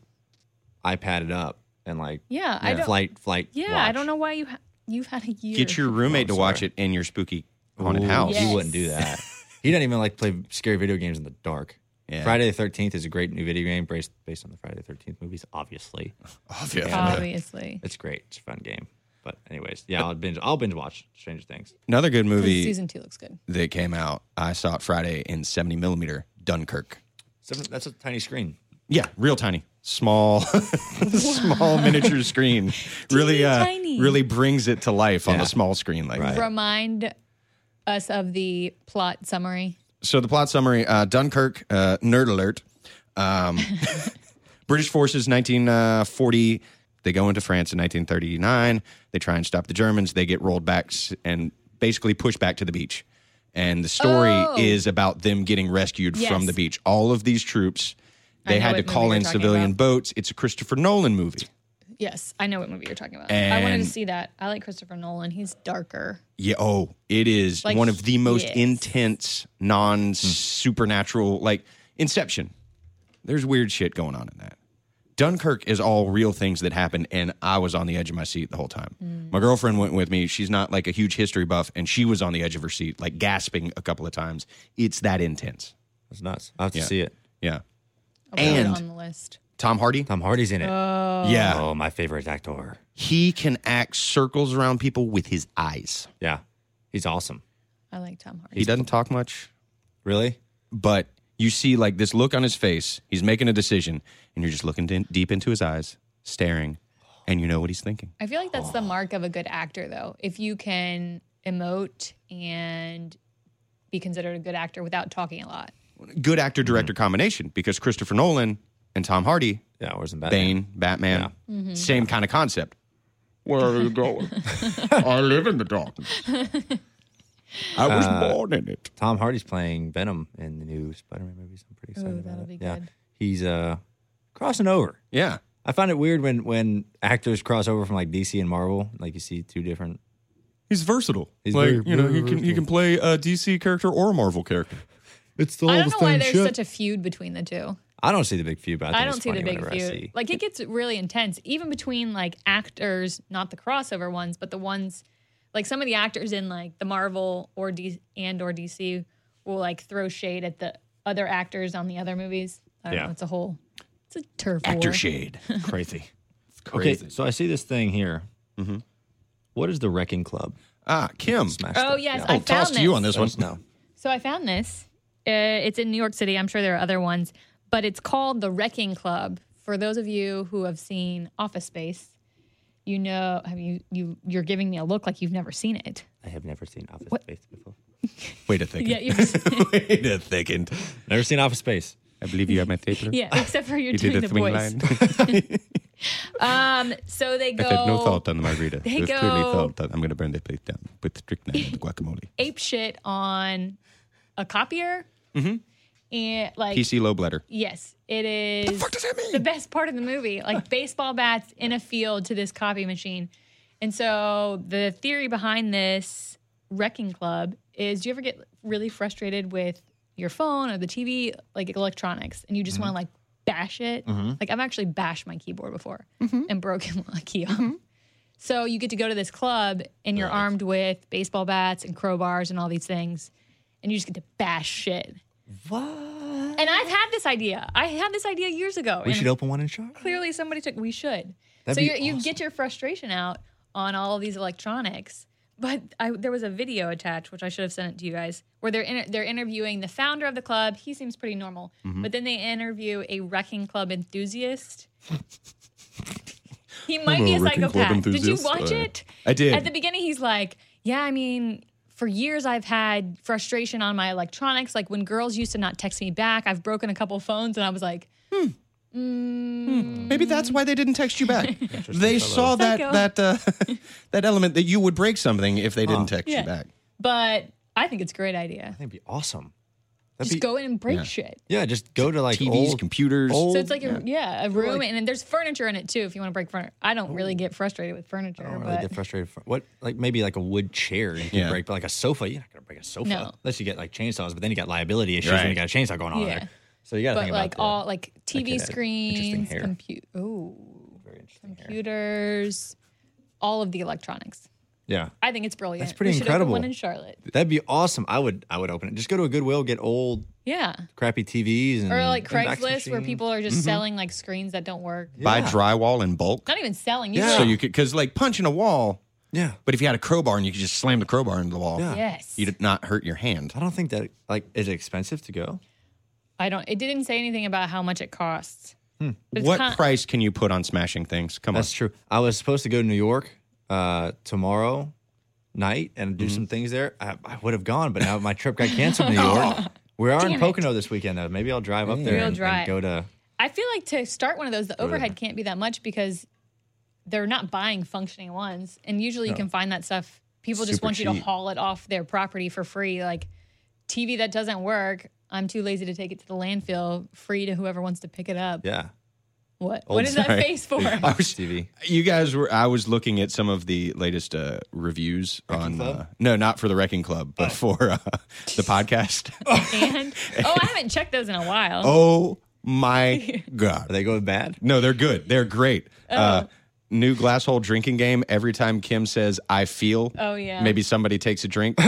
[SPEAKER 2] iPad it up and like
[SPEAKER 4] yeah, I don't,
[SPEAKER 2] flight flight
[SPEAKER 4] yeah, I
[SPEAKER 2] watch?
[SPEAKER 4] don't know why you ha- you've had a year.
[SPEAKER 3] Get your roommate
[SPEAKER 2] Oh,
[SPEAKER 3] to watch it in your spooky haunted
[SPEAKER 2] Ooh,
[SPEAKER 3] house.
[SPEAKER 2] He
[SPEAKER 4] Yes.
[SPEAKER 2] wouldn't do that. he doesn't even like to play scary video games in the dark.
[SPEAKER 3] Yeah.
[SPEAKER 2] Friday the Thirteenth is a great new video game based based on the Friday the Thirteenth movies. Obviously,
[SPEAKER 3] Obviously.
[SPEAKER 4] obviously
[SPEAKER 2] it's great. It's a fun game. But anyways, yeah, I'll binge. I'll binge watch Stranger Things.
[SPEAKER 3] Another good
[SPEAKER 4] 'Cause
[SPEAKER 3] movie
[SPEAKER 4] season two looks good.
[SPEAKER 3] that came out. I saw it Friday in 70 millimeter Dunkirk.
[SPEAKER 2] Seven, that's a tiny screen.
[SPEAKER 3] Yeah, real tiny, small, [LAUGHS] small miniature
[SPEAKER 4] [LAUGHS]
[SPEAKER 3] screen. really, uh,
[SPEAKER 4] tiny.
[SPEAKER 3] really brings it to life on
[SPEAKER 2] Yeah.
[SPEAKER 3] a small screen like that.
[SPEAKER 4] Remind us of the plot summary.
[SPEAKER 3] so the plot summary uh, Dunkirk, uh, nerd alert.
[SPEAKER 4] [LAUGHS]
[SPEAKER 3] Um, British forces, 1940, they go into France in 1939. They try and stop the Germans. They get rolled back s- and basically pushed back to the beach. And the story
[SPEAKER 4] Oh.
[SPEAKER 3] is about them getting rescued
[SPEAKER 4] Yes.
[SPEAKER 3] from the beach. All of these troops,
[SPEAKER 4] I
[SPEAKER 3] they
[SPEAKER 4] know
[SPEAKER 3] had to
[SPEAKER 4] what
[SPEAKER 3] call
[SPEAKER 4] movie
[SPEAKER 3] in
[SPEAKER 4] you're talking
[SPEAKER 3] civilian
[SPEAKER 4] about.
[SPEAKER 3] boats. It's a Christopher Nolan movie.
[SPEAKER 4] Yes, I know what movie you're talking about. I wanted to
[SPEAKER 3] And-
[SPEAKER 4] see that. I like Christopher Nolan. He's darker.
[SPEAKER 3] Yeah. Oh, it is
[SPEAKER 4] Like,
[SPEAKER 3] one of the most
[SPEAKER 4] yes.
[SPEAKER 3] intense, non supernatural, like Inception. There's weird shit going on in that. Dunkirk is all real things that happen, and I was on the edge of my seat the whole time.
[SPEAKER 4] Mm.
[SPEAKER 3] My girlfriend went with me. She's not like a huge history buff, and she was on the edge of her seat, like gasping a couple of times. It's that intense.
[SPEAKER 2] That's nuts. I will have to see it.
[SPEAKER 3] Yeah.
[SPEAKER 4] I'll put it
[SPEAKER 3] And-
[SPEAKER 4] on the list.
[SPEAKER 3] Tom Hardy?
[SPEAKER 2] Tom Hardy's in it.
[SPEAKER 4] Uh.
[SPEAKER 3] yeah.
[SPEAKER 2] oh, my favorite actor.
[SPEAKER 3] He can act circles around people with his eyes.
[SPEAKER 2] Yeah, he's awesome.
[SPEAKER 4] I like Tom Hardy.
[SPEAKER 3] He doesn't talk much.
[SPEAKER 2] Really?
[SPEAKER 3] but you see like this look on his face. He's making a decision, and you're just looking din- deep into his eyes, staring, and you know what he's thinking.
[SPEAKER 4] I feel like that's the mark of a good actor, though. If you can emote and be considered a good actor without talking a lot.
[SPEAKER 3] Good actor director combination because Christopher Nolan and Tom Hardy,
[SPEAKER 2] Yeah, where's in Batman?
[SPEAKER 3] Bane, Batman,
[SPEAKER 4] Mm-hmm.
[SPEAKER 3] same kind of concept.
[SPEAKER 5] Where are
[SPEAKER 4] [LAUGHS]
[SPEAKER 5] you going? I live in the darkness. I was
[SPEAKER 3] Uh,
[SPEAKER 5] born in it.
[SPEAKER 2] Tom Hardy's playing Venom in the new Spider-Man movies. I'm pretty excited
[SPEAKER 4] Ooh,
[SPEAKER 2] about
[SPEAKER 4] that'll
[SPEAKER 2] it.
[SPEAKER 4] be
[SPEAKER 2] yeah,
[SPEAKER 4] good.
[SPEAKER 2] he's uh crossing over.
[SPEAKER 3] Yeah,
[SPEAKER 2] I find it weird when when actors cross over from like DC and Marvel. Like you see two different.
[SPEAKER 3] he's versatile.
[SPEAKER 2] He's Like, very, you know, very he can- he
[SPEAKER 3] can play a DC character or a Marvel character.
[SPEAKER 2] It's all
[SPEAKER 4] I don't know why there's such a feud between the two.
[SPEAKER 2] I don't see the big feud, but I, think
[SPEAKER 4] I don't
[SPEAKER 2] it's
[SPEAKER 4] see the
[SPEAKER 2] funny
[SPEAKER 4] big
[SPEAKER 2] whenever I
[SPEAKER 4] feud.
[SPEAKER 2] see.
[SPEAKER 4] Like it gets really intense, even between like actors, not the crossover ones, but the ones like some of the actors in like the Marvel or D and or DC will like throw shade at the other actors on the other movies. I don't
[SPEAKER 2] Yeah.
[SPEAKER 4] know. It's a whole. It's a turf
[SPEAKER 3] Actor [LAUGHS]
[SPEAKER 4] war.
[SPEAKER 3] shade, crazy. It's
[SPEAKER 2] okay,
[SPEAKER 3] crazy. Mm-hmm.
[SPEAKER 2] so I see this thing here. What is the Wrecking Club?
[SPEAKER 3] Ah, Kim.
[SPEAKER 2] Smash
[SPEAKER 4] Oh
[SPEAKER 2] that.
[SPEAKER 4] yes,
[SPEAKER 2] Yeah.
[SPEAKER 4] I
[SPEAKER 3] Oh,
[SPEAKER 4] found
[SPEAKER 3] toss to you on this one.
[SPEAKER 2] no.
[SPEAKER 4] So I found this. Uh, it's in New York City. I'm sure there are other ones, but it's called the Wrecking Club. For those of you who have seen Office Space, you know, I mean, you, you you're giving me a look like you've never seen it.
[SPEAKER 2] I have never seen Office Space before.
[SPEAKER 3] Wait a second.
[SPEAKER 4] Yeah, you're
[SPEAKER 3] [LAUGHS] Wait a second.
[SPEAKER 2] Never seen Office Space.
[SPEAKER 3] I believe you have my paper.
[SPEAKER 4] [LAUGHS] yeah, except for you're doing the voice.
[SPEAKER 3] [LAUGHS]
[SPEAKER 4] Um, so they go
[SPEAKER 3] on the margarita.
[SPEAKER 4] They There's clearly Oh. go- thought
[SPEAKER 3] that I'm going to burn the plate down. Put strychnine in the guacamole.
[SPEAKER 4] ape shit on a copier. Mm-hmm. And like
[SPEAKER 3] PC Lowbladder.
[SPEAKER 4] Yes, it is. The
[SPEAKER 3] fuck does that mean?
[SPEAKER 4] The best part of
[SPEAKER 3] [LAUGHS]
[SPEAKER 4] the movie, like baseball bats in a field to this copy machine. And so the theory behind this wrecking club is: do you ever get really frustrated with your phone or the TV, like electronics, and you just
[SPEAKER 3] Mm-hmm.
[SPEAKER 4] want to like bash it? Like I've actually bashed my keyboard before
[SPEAKER 3] Mm-hmm.
[SPEAKER 4] and broken [LAUGHS] a key off. So you get to go to this club, and you're armed with baseball bats and crowbars and all these things, and you just get to bash shit.
[SPEAKER 2] What?
[SPEAKER 4] And I've had this idea. I had this idea years ago.
[SPEAKER 2] We
[SPEAKER 4] and
[SPEAKER 2] should open one in Charlotte.
[SPEAKER 4] clearly somebody took. We should.
[SPEAKER 2] That'd
[SPEAKER 4] so
[SPEAKER 2] be
[SPEAKER 4] you you
[SPEAKER 2] awesome.
[SPEAKER 4] get your frustration out on all of these electronics. But I, there was a video attached, which I should have sent it to you guys, where they're inter- they're interviewing the founder of the club. He seems pretty normal, but then they interview a wrecking club enthusiast. he might
[SPEAKER 5] I'm
[SPEAKER 4] be
[SPEAKER 5] a
[SPEAKER 4] a
[SPEAKER 5] wrecking club
[SPEAKER 4] psychopath. Did you
[SPEAKER 5] enthusiast.
[SPEAKER 4] watch
[SPEAKER 5] Uh,
[SPEAKER 4] it?
[SPEAKER 3] I did.
[SPEAKER 4] At the beginning, he's like, "Yeah, I mean, for years I've had frustration on my electronics. Like when girls used to not text me back, I've broken a couple phones, and I was like."
[SPEAKER 3] Maybe that's why they didn't text you
[SPEAKER 4] [LAUGHS]
[SPEAKER 3] back. they saw
[SPEAKER 4] Psycho.
[SPEAKER 3] that that uh,
[SPEAKER 4] [LAUGHS]
[SPEAKER 3] that element that you would break something if they didn't text
[SPEAKER 4] Yeah.
[SPEAKER 3] you back.
[SPEAKER 4] but I think it's a great idea.
[SPEAKER 2] That'd be awesome. That'd
[SPEAKER 4] Just
[SPEAKER 2] be,
[SPEAKER 4] go in and break shit.
[SPEAKER 2] Yeah, just go to like
[SPEAKER 3] TVs,
[SPEAKER 2] old,
[SPEAKER 3] computers.
[SPEAKER 2] Old,
[SPEAKER 4] So it's like a, yeah, a room, and then there's furniture in it too. If you want to break furniture, I don't really get frustrated with furniture,
[SPEAKER 2] I don't really
[SPEAKER 4] but
[SPEAKER 2] get frustrated. For, what like maybe like a wood chair you can
[SPEAKER 3] Yeah.
[SPEAKER 2] break, but like a sofa, you're not gonna break a sofa
[SPEAKER 4] No.
[SPEAKER 2] unless you get like chainsaws. But then you got liability issues
[SPEAKER 3] Right.
[SPEAKER 2] when you got a chainsaw going on
[SPEAKER 4] Yeah.
[SPEAKER 2] there. So you got to
[SPEAKER 4] but
[SPEAKER 2] think about
[SPEAKER 4] like
[SPEAKER 2] the-
[SPEAKER 4] all like
[SPEAKER 2] kid
[SPEAKER 4] TV
[SPEAKER 2] had interesting
[SPEAKER 4] screens,
[SPEAKER 2] hair.
[SPEAKER 4] compute, ooh,
[SPEAKER 2] very interesting here.
[SPEAKER 4] computers, all of the electronics.
[SPEAKER 2] Yeah,
[SPEAKER 4] I think it's brilliant.
[SPEAKER 2] That's pretty
[SPEAKER 4] we should
[SPEAKER 2] incredible.
[SPEAKER 4] Open one in Charlotte.
[SPEAKER 2] that'd be awesome. I would I would open it. Just go to a Goodwill, get old
[SPEAKER 4] Yeah,
[SPEAKER 2] crappy TVs and
[SPEAKER 4] or like
[SPEAKER 2] and fax
[SPEAKER 4] Craigslist where
[SPEAKER 2] machines.
[SPEAKER 4] people are just selling like screens that don't work.
[SPEAKER 3] Buy
[SPEAKER 2] Mm-hmm. Yeah.
[SPEAKER 3] drywall in bulk.
[SPEAKER 4] Not even selling. You
[SPEAKER 2] Yeah.
[SPEAKER 4] just-
[SPEAKER 3] So you could because like punching a wall,
[SPEAKER 2] Yeah,
[SPEAKER 3] but if you had a crowbar and you could just slam the crowbar into the wall,
[SPEAKER 2] Yeah.
[SPEAKER 4] yes.
[SPEAKER 3] you'd not hurt your hand.
[SPEAKER 2] I don't think that like is it expensive to go.
[SPEAKER 4] I don't. It didn't say anything about how much it costs.
[SPEAKER 2] Hmm.
[SPEAKER 4] But it's
[SPEAKER 3] What
[SPEAKER 4] kind-
[SPEAKER 3] price can you put on smashing things? Come on.
[SPEAKER 2] That's true. I was supposed to go to New York uh, tomorrow night and do
[SPEAKER 4] Mm-hmm.
[SPEAKER 2] some things there. I, I would have gone, but now my trip got canceled in
[SPEAKER 4] [LAUGHS]
[SPEAKER 2] New York. We are in
[SPEAKER 4] Oh, Damn
[SPEAKER 2] Pocono this weekend, though. Maybe I'll drive up there and,
[SPEAKER 4] We'll
[SPEAKER 2] and
[SPEAKER 4] drive.
[SPEAKER 2] go to.
[SPEAKER 4] I feel like to start one of those, the overhead can't be that much because they're not buying functioning ones. And usually you can find that stuff. People just
[SPEAKER 3] Super
[SPEAKER 4] want you to
[SPEAKER 3] cheap.
[SPEAKER 4] haul it off their property for free. Like TV that doesn't work, I'm too lazy to take it to the landfill, free to whoever wants to pick it up.
[SPEAKER 2] Yeah.
[SPEAKER 4] What? what is that
[SPEAKER 3] sorry.
[SPEAKER 4] face
[SPEAKER 3] [LAUGHS]
[SPEAKER 4] for?
[SPEAKER 3] I was
[SPEAKER 2] TV.
[SPEAKER 3] You guys were. I was looking at some of the latest uh, reviews on.
[SPEAKER 2] Club? Oh.
[SPEAKER 3] Uh, no, not for the Wrecking Club, but for uh,
[SPEAKER 2] [LAUGHS]
[SPEAKER 3] [LAUGHS] the podcast.
[SPEAKER 4] and oh, I haven't checked those in a while.
[SPEAKER 3] oh
[SPEAKER 4] [LAUGHS]
[SPEAKER 3] my
[SPEAKER 2] Are
[SPEAKER 3] god!
[SPEAKER 2] they going bad?
[SPEAKER 3] No, they're good. They're great.
[SPEAKER 4] Oh.
[SPEAKER 3] Uh, new glass hole drinking game. Every time Kim says "I feel,"
[SPEAKER 4] Oh, yeah.
[SPEAKER 3] maybe somebody takes a
[SPEAKER 4] [LAUGHS]
[SPEAKER 3] drink.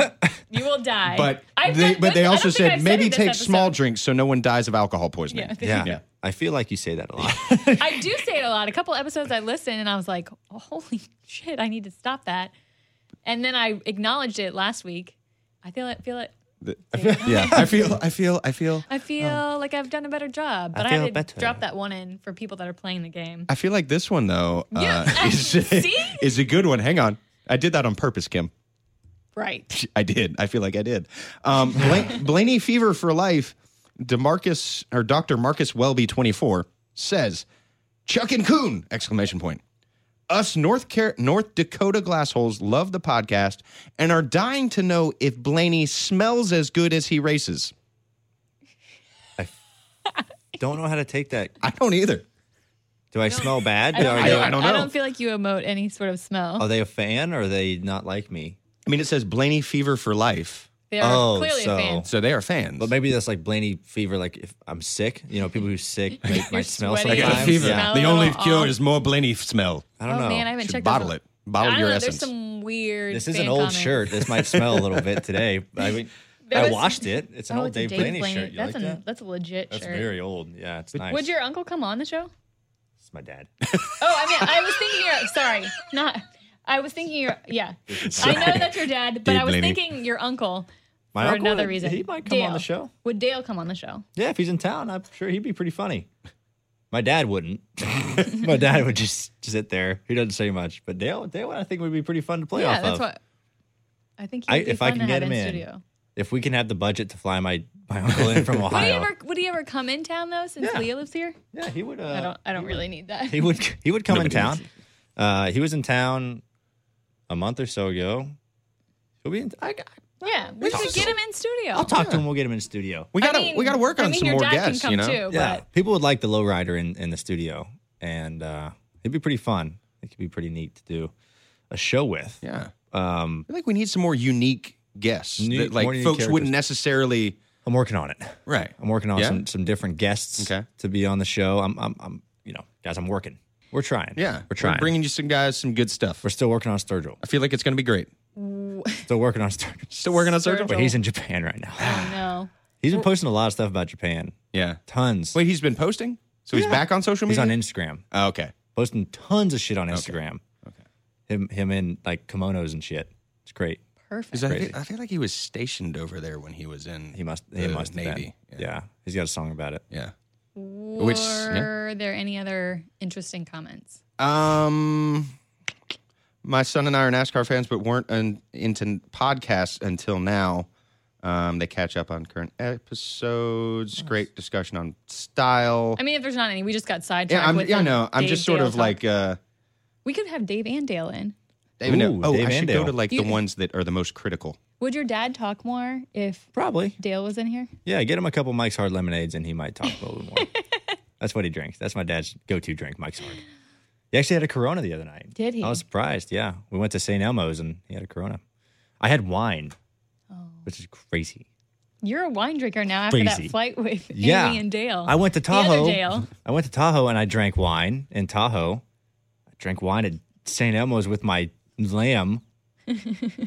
[SPEAKER 4] You will die.
[SPEAKER 3] But
[SPEAKER 4] I've
[SPEAKER 3] they,
[SPEAKER 4] done
[SPEAKER 3] but
[SPEAKER 4] good-
[SPEAKER 3] they
[SPEAKER 4] I
[SPEAKER 3] also
[SPEAKER 4] don't think I've
[SPEAKER 3] said maybe
[SPEAKER 4] it this
[SPEAKER 3] take
[SPEAKER 4] episode.
[SPEAKER 3] small drinks so no one dies of alcohol poisoning.
[SPEAKER 4] Yeah.
[SPEAKER 2] Yeah.
[SPEAKER 3] Yeah.
[SPEAKER 2] I feel like you say that a
[SPEAKER 4] [LAUGHS]
[SPEAKER 2] lot.
[SPEAKER 4] I do say it a lot. A couple episodes I listened and I was like, oh, holy shit, I need to stop that. And then I acknowledged it last week. I feel it, feel it.
[SPEAKER 3] yeah. [LAUGHS] I feel. I feel. I feel.
[SPEAKER 4] I feel like I've done a better job, but I,
[SPEAKER 2] Oh. feel
[SPEAKER 4] had to
[SPEAKER 2] better.
[SPEAKER 4] drop that one in for people that are playing the game.
[SPEAKER 3] I feel like this one though
[SPEAKER 4] Yeah,
[SPEAKER 3] uh, [LAUGHS] is,
[SPEAKER 4] see?
[SPEAKER 3] is a good one. Hang on, I did that on purpose, Kim.
[SPEAKER 2] [LAUGHS]
[SPEAKER 4] Right.
[SPEAKER 3] I did. I feel like I did. Um, Bla- [LAUGHS] Blaney Fever for Life. Demarcus or Doctor Marcus Welby, twenty four, says, "Chuck and Coon!" Exclamation point. Us North Car- North Dakota glassholes love the podcast and are dying to know if Blaney smells as good as he races.
[SPEAKER 2] don't know how to take that.
[SPEAKER 3] I don't either.
[SPEAKER 2] Do I smell bad?
[SPEAKER 4] I don't,
[SPEAKER 2] are,
[SPEAKER 3] I
[SPEAKER 2] they,
[SPEAKER 3] don't- I don't
[SPEAKER 4] I
[SPEAKER 3] know.
[SPEAKER 4] don't feel like you emote any sort of smell.
[SPEAKER 2] are they a fan or are they not like me?
[SPEAKER 3] I mean, it says Blaney Fever for Life,
[SPEAKER 4] They are
[SPEAKER 2] Oh,
[SPEAKER 4] clearly
[SPEAKER 2] so-
[SPEAKER 4] a fan.
[SPEAKER 3] so they are fans.
[SPEAKER 2] But maybe that's like Blaney fever. Like if I'm sick, you know, people who
[SPEAKER 4] [LAUGHS]
[SPEAKER 2] sick may, might smell
[SPEAKER 4] sweaty. I
[SPEAKER 2] sometimes.
[SPEAKER 4] got a fever.
[SPEAKER 2] Yeah.
[SPEAKER 4] Smell it all off.
[SPEAKER 3] more Blaney smell.
[SPEAKER 2] I don't
[SPEAKER 4] oh
[SPEAKER 2] know.
[SPEAKER 4] man, I haven't
[SPEAKER 3] Should
[SPEAKER 4] checked
[SPEAKER 3] bottle
[SPEAKER 4] those.
[SPEAKER 3] it. Bottle
[SPEAKER 4] I don't
[SPEAKER 3] your
[SPEAKER 4] know.
[SPEAKER 3] essence.
[SPEAKER 4] There's some weird.
[SPEAKER 2] This is
[SPEAKER 4] fan
[SPEAKER 2] an old
[SPEAKER 4] comments.
[SPEAKER 2] shirt. This might smell a little bit
[SPEAKER 4] [LAUGHS]
[SPEAKER 2] today. I mean,
[SPEAKER 4] There
[SPEAKER 2] I
[SPEAKER 4] was-
[SPEAKER 2] washed it. It's an
[SPEAKER 4] Oh,
[SPEAKER 2] old
[SPEAKER 4] it's a
[SPEAKER 2] Dave,
[SPEAKER 4] Dave
[SPEAKER 2] Blaney,
[SPEAKER 4] Blaney.
[SPEAKER 2] shirt. You
[SPEAKER 4] That's
[SPEAKER 2] like
[SPEAKER 4] a
[SPEAKER 2] that?
[SPEAKER 4] that's a legit
[SPEAKER 2] That's
[SPEAKER 4] shirt.
[SPEAKER 2] very old. Yeah, it's nice.
[SPEAKER 4] Would your uncle come on the show?
[SPEAKER 2] It's my
[SPEAKER 4] [LAUGHS]
[SPEAKER 2] dad.
[SPEAKER 4] Oh, I mean, I was thinking your. Sorry, not. I was thinking your. Yeah, I know that's your dad, but
[SPEAKER 3] Dave
[SPEAKER 4] I was
[SPEAKER 3] Blaney.
[SPEAKER 4] thinking your uncle
[SPEAKER 2] My
[SPEAKER 4] for
[SPEAKER 2] uncle,
[SPEAKER 4] another
[SPEAKER 2] he-
[SPEAKER 4] reason.
[SPEAKER 2] he might come on the
[SPEAKER 4] Dale.
[SPEAKER 2] show.
[SPEAKER 4] Would Dale come on the show?
[SPEAKER 2] Yeah, if he's in town, I'm sure he'd be pretty funny. My dad wouldn't. [LAUGHS] My dad would just sit there. He doesn't say much. But Dale, Dale, I think would be pretty fun to play
[SPEAKER 4] yeah,
[SPEAKER 2] off
[SPEAKER 4] that's
[SPEAKER 2] of.
[SPEAKER 4] what I think. He'd
[SPEAKER 2] I-
[SPEAKER 4] be
[SPEAKER 2] if
[SPEAKER 4] fun
[SPEAKER 2] I can
[SPEAKER 4] to
[SPEAKER 2] get
[SPEAKER 4] have
[SPEAKER 2] him
[SPEAKER 4] in
[SPEAKER 2] in,
[SPEAKER 4] studio.
[SPEAKER 2] if we can have the budget to fly my, my uncle in
[SPEAKER 4] [LAUGHS]
[SPEAKER 2] from
[SPEAKER 4] Would he
[SPEAKER 2] Ohio,
[SPEAKER 4] ever? Would he ever come in town though? Since
[SPEAKER 2] Yeah.
[SPEAKER 4] Leah lives here,
[SPEAKER 2] yeah, he would. Uh,
[SPEAKER 4] I don't. I don't really need that.
[SPEAKER 2] he would he would come
[SPEAKER 3] Nobody
[SPEAKER 2] in
[SPEAKER 3] wants
[SPEAKER 2] town. Uh, he was in town a month or so ago. He'll be. In, I,
[SPEAKER 4] yeah, we should get him in studio.
[SPEAKER 2] I'll talk to him. We'll get him in studio.
[SPEAKER 3] We
[SPEAKER 4] I
[SPEAKER 3] gotta
[SPEAKER 4] mean-
[SPEAKER 3] we gotta work
[SPEAKER 4] I
[SPEAKER 3] on
[SPEAKER 4] mean,
[SPEAKER 3] some
[SPEAKER 4] your
[SPEAKER 3] more
[SPEAKER 4] dad can
[SPEAKER 3] guests,
[SPEAKER 4] come
[SPEAKER 3] you know.
[SPEAKER 4] too,
[SPEAKER 2] Yeah,
[SPEAKER 4] but-
[SPEAKER 2] people would like the lowrider in in the studio, and uh, it'd be pretty fun. It could be pretty neat to do a show with.
[SPEAKER 3] Yeah,
[SPEAKER 2] Um,
[SPEAKER 3] I think we need some more unique guests
[SPEAKER 2] New-
[SPEAKER 3] that
[SPEAKER 2] more
[SPEAKER 3] like
[SPEAKER 2] unique
[SPEAKER 3] folks
[SPEAKER 2] characters.
[SPEAKER 3] wouldn't necessarily
[SPEAKER 2] I'm working on it.
[SPEAKER 3] right.
[SPEAKER 2] I'm working on
[SPEAKER 3] Yeah?
[SPEAKER 2] some some different guests
[SPEAKER 3] Okay.
[SPEAKER 2] to be on the show. I'm I'm, I'm you know guys, I'm working. We're trying.
[SPEAKER 3] Yeah,
[SPEAKER 2] we're trying. We're,
[SPEAKER 3] bringing you some guys, some good stuff.
[SPEAKER 2] still working on Sturgill.
[SPEAKER 3] I feel like it's gonna be great.
[SPEAKER 2] Still working on
[SPEAKER 3] [LAUGHS]
[SPEAKER 2] Sturgill.
[SPEAKER 3] Still working on
[SPEAKER 4] Sturgill.
[SPEAKER 3] Sergio.
[SPEAKER 2] But he's in Japan right now.
[SPEAKER 4] Oh no.
[SPEAKER 2] He's been posting a lot of stuff about Japan.
[SPEAKER 3] Yeah.
[SPEAKER 2] Tons.
[SPEAKER 3] Wait, he's been posting, so he's back on social
[SPEAKER 2] He's
[SPEAKER 3] media.
[SPEAKER 2] on Instagram,
[SPEAKER 3] oh, okay.
[SPEAKER 2] posting tons of shit on Instagram. Okay. Him him in like kimonos and shit. It's great.
[SPEAKER 4] Perfect.
[SPEAKER 3] Is that, I,
[SPEAKER 2] Crazy.
[SPEAKER 3] feel, I feel like he was stationed over there when he was in.
[SPEAKER 2] He must he
[SPEAKER 3] the
[SPEAKER 2] must have
[SPEAKER 3] Navy.
[SPEAKER 2] been. Yeah. He's got a song about it.
[SPEAKER 3] Yeah.
[SPEAKER 4] Were
[SPEAKER 3] Which- yeah.
[SPEAKER 4] there any other interesting comments?
[SPEAKER 3] Um, my son and I are NASCAR fans, but weren't an, into podcasts until now. Um, they catch up on current episodes. Great discussion on style.
[SPEAKER 4] I mean, if there's not any, we just got sidetracked.
[SPEAKER 3] yeah, I'm,
[SPEAKER 4] with
[SPEAKER 3] yeah,
[SPEAKER 4] the
[SPEAKER 3] no, I'm
[SPEAKER 4] Dave
[SPEAKER 3] just sort
[SPEAKER 4] Dale
[SPEAKER 3] of
[SPEAKER 4] talk.
[SPEAKER 3] like. Uh,
[SPEAKER 4] we could have Dave and Dale in.
[SPEAKER 3] Dave and Dale.
[SPEAKER 2] Ooh,
[SPEAKER 3] oh,
[SPEAKER 2] Dave
[SPEAKER 3] I should
[SPEAKER 2] and
[SPEAKER 3] go
[SPEAKER 2] Dale.
[SPEAKER 3] to like
[SPEAKER 4] You-
[SPEAKER 3] the ones that are the most critical.
[SPEAKER 4] Would your dad talk more if
[SPEAKER 2] Probably.
[SPEAKER 4] Dale was in here?
[SPEAKER 2] Yeah, get him a couple Mike's Hard lemonades and he might talk a
[SPEAKER 3] [LAUGHS]
[SPEAKER 2] little more. That's what he drinks. That's my dad's go-to drink, Mike's Hard. He actually had a Corona the other night.
[SPEAKER 4] Did he?
[SPEAKER 2] I was surprised. Yeah, we went to St. Elmo's and he had a Corona. I had wine,
[SPEAKER 4] Oh.
[SPEAKER 2] which is crazy.
[SPEAKER 4] You're a wine drinker now after
[SPEAKER 2] Crazy.
[SPEAKER 4] that flight with
[SPEAKER 2] Yeah.
[SPEAKER 4] Amy and Dale.
[SPEAKER 2] I went to
[SPEAKER 4] The other
[SPEAKER 2] Tahoe.
[SPEAKER 4] Dale.
[SPEAKER 2] I went to Tahoe and I drank wine in Tahoe. I drank wine at St. Elmo's with my
[SPEAKER 4] [LAUGHS]
[SPEAKER 2] lamb.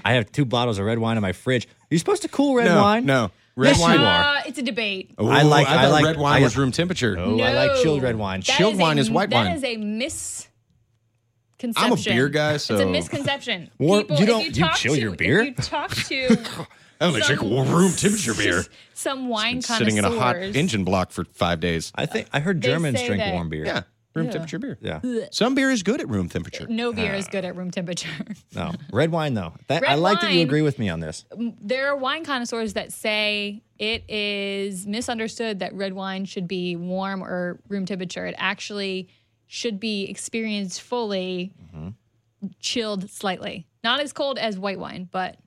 [SPEAKER 2] I have two bottles of red wine in my fridge. Are you supposed to cool red
[SPEAKER 3] no,
[SPEAKER 2] wine?
[SPEAKER 3] No. Red
[SPEAKER 2] Yes,
[SPEAKER 3] wine.
[SPEAKER 2] you are.
[SPEAKER 4] Uh, it's a debate.
[SPEAKER 3] Ooh,
[SPEAKER 2] I like- I
[SPEAKER 3] thought
[SPEAKER 2] like-
[SPEAKER 3] red wine
[SPEAKER 2] I-
[SPEAKER 3] was room temperature.
[SPEAKER 2] Oh, I like chilled red wine.
[SPEAKER 4] That
[SPEAKER 3] Chilled wine
[SPEAKER 4] a-
[SPEAKER 3] is white wine.
[SPEAKER 4] That is a misconception.
[SPEAKER 3] I'm a beer guy, so
[SPEAKER 4] It's
[SPEAKER 3] [LAUGHS]
[SPEAKER 4] a misconception.
[SPEAKER 2] Warm-
[SPEAKER 4] People,
[SPEAKER 2] you
[SPEAKER 4] if
[SPEAKER 2] don't- you
[SPEAKER 4] talk
[SPEAKER 2] chill
[SPEAKER 4] to,
[SPEAKER 2] your
[SPEAKER 4] if
[SPEAKER 2] beer?
[SPEAKER 4] you talk to
[SPEAKER 3] I'm
[SPEAKER 2] Oh,
[SPEAKER 3] gonna drink
[SPEAKER 4] some-
[SPEAKER 3] room temperature beer.
[SPEAKER 4] [LAUGHS] some wine
[SPEAKER 3] Been
[SPEAKER 4] connoisseurs,
[SPEAKER 3] sitting in a hot engine block for five days.
[SPEAKER 2] I think I heard Germans
[SPEAKER 4] say
[SPEAKER 2] drink
[SPEAKER 4] that-
[SPEAKER 2] warm beer.
[SPEAKER 3] Yeah, room temperature beer.
[SPEAKER 2] Yeah.
[SPEAKER 3] Some beer is good at room temperature.
[SPEAKER 4] no beer is good at room temperature. [LAUGHS]
[SPEAKER 2] No. Red wine though. That, I
[SPEAKER 4] Red
[SPEAKER 2] like that you
[SPEAKER 4] wine-
[SPEAKER 2] agree with me on this.
[SPEAKER 4] there are wine connoisseurs that say it is misunderstood that red wine should be warm or room temperature. It actually should be experienced fully chilled slightly. Not as cold as white wine, but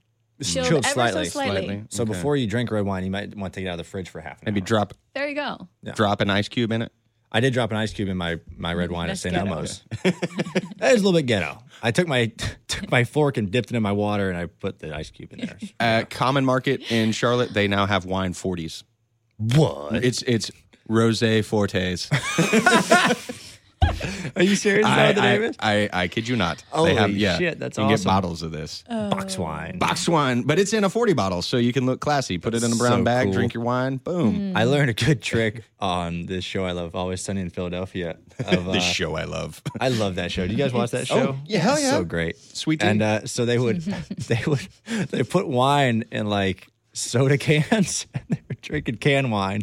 [SPEAKER 4] chilled,
[SPEAKER 2] chilled
[SPEAKER 4] ever
[SPEAKER 2] slightly.
[SPEAKER 4] so slightly.
[SPEAKER 3] Slightly.
[SPEAKER 2] So
[SPEAKER 3] Okay.
[SPEAKER 2] before you drink red wine, you might want to take it out of the fridge for half an
[SPEAKER 3] Maybe
[SPEAKER 2] hour.
[SPEAKER 3] drop
[SPEAKER 4] There you go.
[SPEAKER 3] drop an ice cube in it.
[SPEAKER 2] I did drop an ice cube in my my red wine
[SPEAKER 4] That's
[SPEAKER 2] at St.
[SPEAKER 4] ghetto.
[SPEAKER 2] [LAUGHS] Elmo's. that is a little bit ghetto. I took my [LAUGHS] took my fork and dipped it in my water and I put the ice cube in there.
[SPEAKER 3] At Common Market in Charlotte, they now have wine forties.
[SPEAKER 2] [LAUGHS] what?
[SPEAKER 3] It's it's
[SPEAKER 2] [LAUGHS]
[SPEAKER 3] rosé fortes.
[SPEAKER 2] Are you serious? Is that
[SPEAKER 3] I,
[SPEAKER 2] what the name
[SPEAKER 3] I,
[SPEAKER 2] is?
[SPEAKER 3] I, I kid you not.
[SPEAKER 2] Holy
[SPEAKER 3] they have, yeah,
[SPEAKER 2] shit, that's
[SPEAKER 3] you can get
[SPEAKER 2] awesome. Oh.
[SPEAKER 3] bottles of this
[SPEAKER 2] Box wine.
[SPEAKER 3] box wine, but it's in a forty bottle, so you can look classy. Put it in a brown
[SPEAKER 2] so
[SPEAKER 3] bag,
[SPEAKER 2] cool.
[SPEAKER 3] drink your wine, boom.
[SPEAKER 2] I learned a good trick on this show I love, Always Sunny in Philadelphia. [LAUGHS] Of, uh,
[SPEAKER 3] This show I love.
[SPEAKER 2] I love that show. Do you guys watch that
[SPEAKER 3] Oh,
[SPEAKER 2] show?
[SPEAKER 3] yeah, hell
[SPEAKER 2] It's
[SPEAKER 3] yeah.
[SPEAKER 2] So great.
[SPEAKER 3] Sweet tea.
[SPEAKER 2] And uh, so they would [LAUGHS] they would they put wine in like soda cans [LAUGHS] and they were drinking canned wine.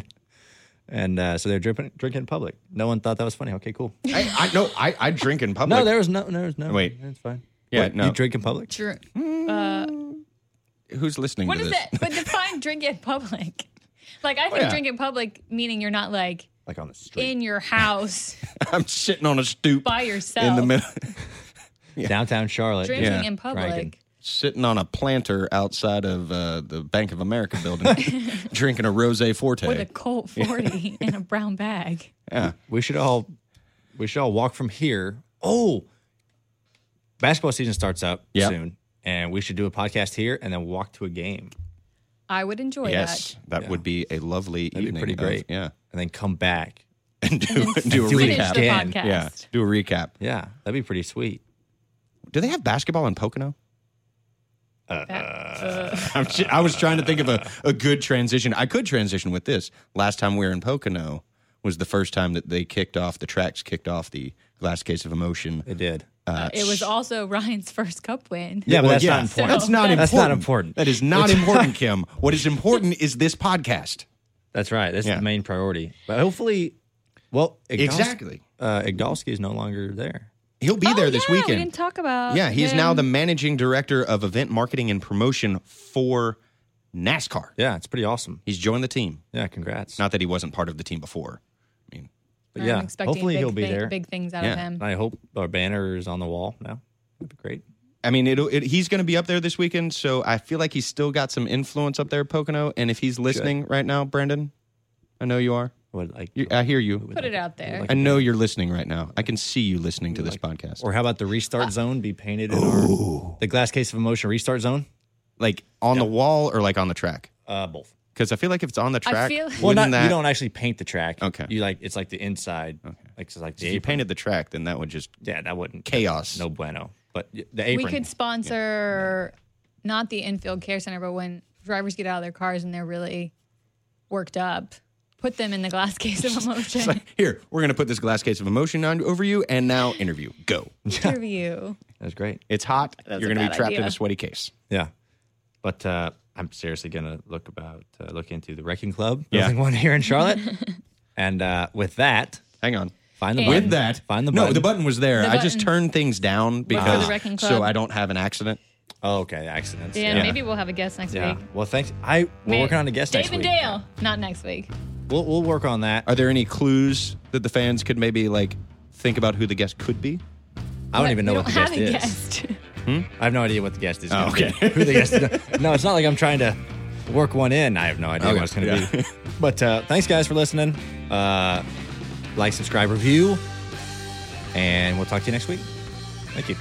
[SPEAKER 2] And uh, so they were drinking drinking in public. No one thought that was funny. Okay, cool.
[SPEAKER 3] I, I no, I, I drink in public.
[SPEAKER 2] No, there was no there was no
[SPEAKER 3] Wait.
[SPEAKER 2] It's fine.
[SPEAKER 3] Yeah,
[SPEAKER 2] What,
[SPEAKER 3] no.
[SPEAKER 2] You drink in public?
[SPEAKER 4] Dr-
[SPEAKER 3] Who's listening
[SPEAKER 4] what
[SPEAKER 3] to
[SPEAKER 4] is
[SPEAKER 3] this? Oh,
[SPEAKER 4] it? But define drink in public. [LAUGHS] Like I think
[SPEAKER 3] yeah.
[SPEAKER 4] drink in public meaning you're not like
[SPEAKER 2] Like on the street.
[SPEAKER 4] in your house
[SPEAKER 3] I'm sitting on a stoop
[SPEAKER 4] by yourself.
[SPEAKER 3] in the middle, [LAUGHS]
[SPEAKER 2] Downtown Charlotte.
[SPEAKER 4] Drinking
[SPEAKER 3] Yeah.
[SPEAKER 4] in public.
[SPEAKER 2] Drinking.
[SPEAKER 3] sitting on a planter outside of uh, the Bank of America
[SPEAKER 2] [LAUGHS]
[SPEAKER 3] building, drinking a rosé forte.
[SPEAKER 4] With a Colt 40 in a brown bag.
[SPEAKER 3] yeah,
[SPEAKER 2] We should all we should all walk from here. Oh, basketball season starts up
[SPEAKER 3] Yeah.
[SPEAKER 2] soon, and we should do a podcast here and then walk to a game
[SPEAKER 4] I would enjoy
[SPEAKER 3] yes,
[SPEAKER 4] that.
[SPEAKER 3] that would be a lovely
[SPEAKER 2] be
[SPEAKER 3] evening.
[SPEAKER 2] pretty
[SPEAKER 3] of-
[SPEAKER 2] great.
[SPEAKER 3] yeah, [LAUGHS]
[SPEAKER 2] and then come back.
[SPEAKER 3] and do, do a
[SPEAKER 2] do it
[SPEAKER 4] Finish the
[SPEAKER 3] recap.
[SPEAKER 2] again.
[SPEAKER 4] podcast.
[SPEAKER 3] Yeah, do a recap.
[SPEAKER 2] Yeah, that'd be pretty sweet.
[SPEAKER 3] Do they have basketball in Pocono?
[SPEAKER 4] That- uh,
[SPEAKER 3] I'm ju- I was trying to think of a, a good transition. I could transition with this. Last time we were in Pocono was the first time that they kicked off the tracks, kicked off the Glass Case of Emotion.
[SPEAKER 2] It did.
[SPEAKER 4] it was also [LAUGHS] Ryan's first cup win.
[SPEAKER 2] uh, Yeah, but
[SPEAKER 3] Uh, Well,
[SPEAKER 2] that's
[SPEAKER 3] yeah.
[SPEAKER 2] not important.
[SPEAKER 3] That's not important.
[SPEAKER 2] That's not important.
[SPEAKER 3] That is not important, Kim. What is important is this podcast.
[SPEAKER 2] That's right. That's
[SPEAKER 3] Yeah.
[SPEAKER 2] the main priority. But hopefully, Well,
[SPEAKER 3] Exactly.
[SPEAKER 2] Uh, Igdalski is no longer there.
[SPEAKER 3] He'll be
[SPEAKER 4] Oh,
[SPEAKER 3] there this
[SPEAKER 4] yeah, We
[SPEAKER 3] weekend.
[SPEAKER 4] didn't talk about.
[SPEAKER 3] yeah, he's now
[SPEAKER 4] him.
[SPEAKER 3] the managing director of event marketing and promotion for NASCAR.
[SPEAKER 2] Yeah, it's pretty awesome.
[SPEAKER 3] He's joined the team.
[SPEAKER 2] Yeah, congrats.
[SPEAKER 3] Not that he wasn't part of the team before. I mean,
[SPEAKER 2] but
[SPEAKER 4] I'm
[SPEAKER 2] yeah,
[SPEAKER 4] expecting
[SPEAKER 2] hopefully
[SPEAKER 4] big
[SPEAKER 2] he'll be
[SPEAKER 4] thi-
[SPEAKER 2] there.
[SPEAKER 4] Big things out of
[SPEAKER 3] Yeah.
[SPEAKER 4] him.
[SPEAKER 2] I hope our banner is on the wall now. That'd be great.
[SPEAKER 3] I mean, it'll, it, he's going to be up there this weekend, so I feel like he's still got some influence up there, at Pocono. And if he's listening right now, Brandon, I know you are.
[SPEAKER 2] I Would like
[SPEAKER 3] You, I hear you.
[SPEAKER 4] Put it out there.
[SPEAKER 2] Like-
[SPEAKER 3] I know you're listening right now. I can see you listening to this podcast.
[SPEAKER 2] Or how about the
[SPEAKER 4] Ah.
[SPEAKER 2] restart zone be painted in our the glass case of emotion restart zone?
[SPEAKER 3] like on the wall or like on the track?
[SPEAKER 2] Uh, both.
[SPEAKER 3] Because I feel like if it's on the track,
[SPEAKER 4] feel-
[SPEAKER 3] wouldn't
[SPEAKER 2] Well, not
[SPEAKER 3] that,
[SPEAKER 2] you don't actually paint the track.
[SPEAKER 3] Okay.
[SPEAKER 2] You like it's like the inside. Okay. Like it's like the
[SPEAKER 3] if you
[SPEAKER 2] apron.
[SPEAKER 3] painted the track, then that would just
[SPEAKER 2] yeah, that wouldn't
[SPEAKER 3] chaos.
[SPEAKER 2] no bueno. But y- the
[SPEAKER 4] we
[SPEAKER 2] apron.
[SPEAKER 4] could sponsor not the infield care center, but when drivers get out of their cars and they're really worked up, put them in the glass [LAUGHS] case of emotion.
[SPEAKER 3] It's
[SPEAKER 4] [LAUGHS]
[SPEAKER 3] like, here, we're going to put this glass case of emotion on over you, and now interview. Go.
[SPEAKER 4] interview.
[SPEAKER 2] That's great.
[SPEAKER 3] It's hot.
[SPEAKER 4] [LAUGHS] That's
[SPEAKER 3] You're
[SPEAKER 4] a
[SPEAKER 3] going to be
[SPEAKER 4] bad
[SPEAKER 3] trapped in
[SPEAKER 4] idea.
[SPEAKER 3] a sweaty case.
[SPEAKER 2] Yeah. But uh, I'm seriously gonna look about uh, look into the Wrecking Club,
[SPEAKER 3] Yeah.
[SPEAKER 2] building one here in
[SPEAKER 4] [LAUGHS]
[SPEAKER 2] Charlotte. and uh, with that,
[SPEAKER 3] Hang on.
[SPEAKER 2] find the
[SPEAKER 4] And-
[SPEAKER 2] button.
[SPEAKER 3] With that,
[SPEAKER 2] find the
[SPEAKER 3] no,
[SPEAKER 2] button.
[SPEAKER 3] the button was there.
[SPEAKER 4] The
[SPEAKER 3] I just
[SPEAKER 4] button.
[SPEAKER 3] turned things down
[SPEAKER 4] the
[SPEAKER 3] because
[SPEAKER 4] Wrecking Club.
[SPEAKER 3] so I don't have an accident.
[SPEAKER 2] Oh, okay, accidents.
[SPEAKER 4] Dan,
[SPEAKER 2] yeah.
[SPEAKER 4] maybe we'll have a guest next
[SPEAKER 2] Yeah.
[SPEAKER 4] week.
[SPEAKER 2] Well, thanks. I we're
[SPEAKER 4] May-
[SPEAKER 2] working on a guest
[SPEAKER 4] Dave
[SPEAKER 2] next week.
[SPEAKER 4] and Dale, not next week.
[SPEAKER 2] We'll we'll work on that.
[SPEAKER 3] Are there any clues that the fans could maybe like think about who the guest could be?
[SPEAKER 2] I don't
[SPEAKER 4] But
[SPEAKER 2] even know
[SPEAKER 4] we
[SPEAKER 2] what the guest
[SPEAKER 4] don't have
[SPEAKER 2] is.
[SPEAKER 4] a guest. [LAUGHS]
[SPEAKER 2] I have no idea what the guest is.
[SPEAKER 3] Oh,
[SPEAKER 2] gonna be.
[SPEAKER 3] okay.
[SPEAKER 2] [LAUGHS] Who the guest is? gonna- No, it's not like I'm trying to work one in. I have no idea
[SPEAKER 3] Okay,
[SPEAKER 2] what it's going to
[SPEAKER 3] yeah. [LAUGHS]
[SPEAKER 2] be. But uh, thanks, guys, for listening. Uh, like, subscribe, review, and we'll talk to you next week. Thank you.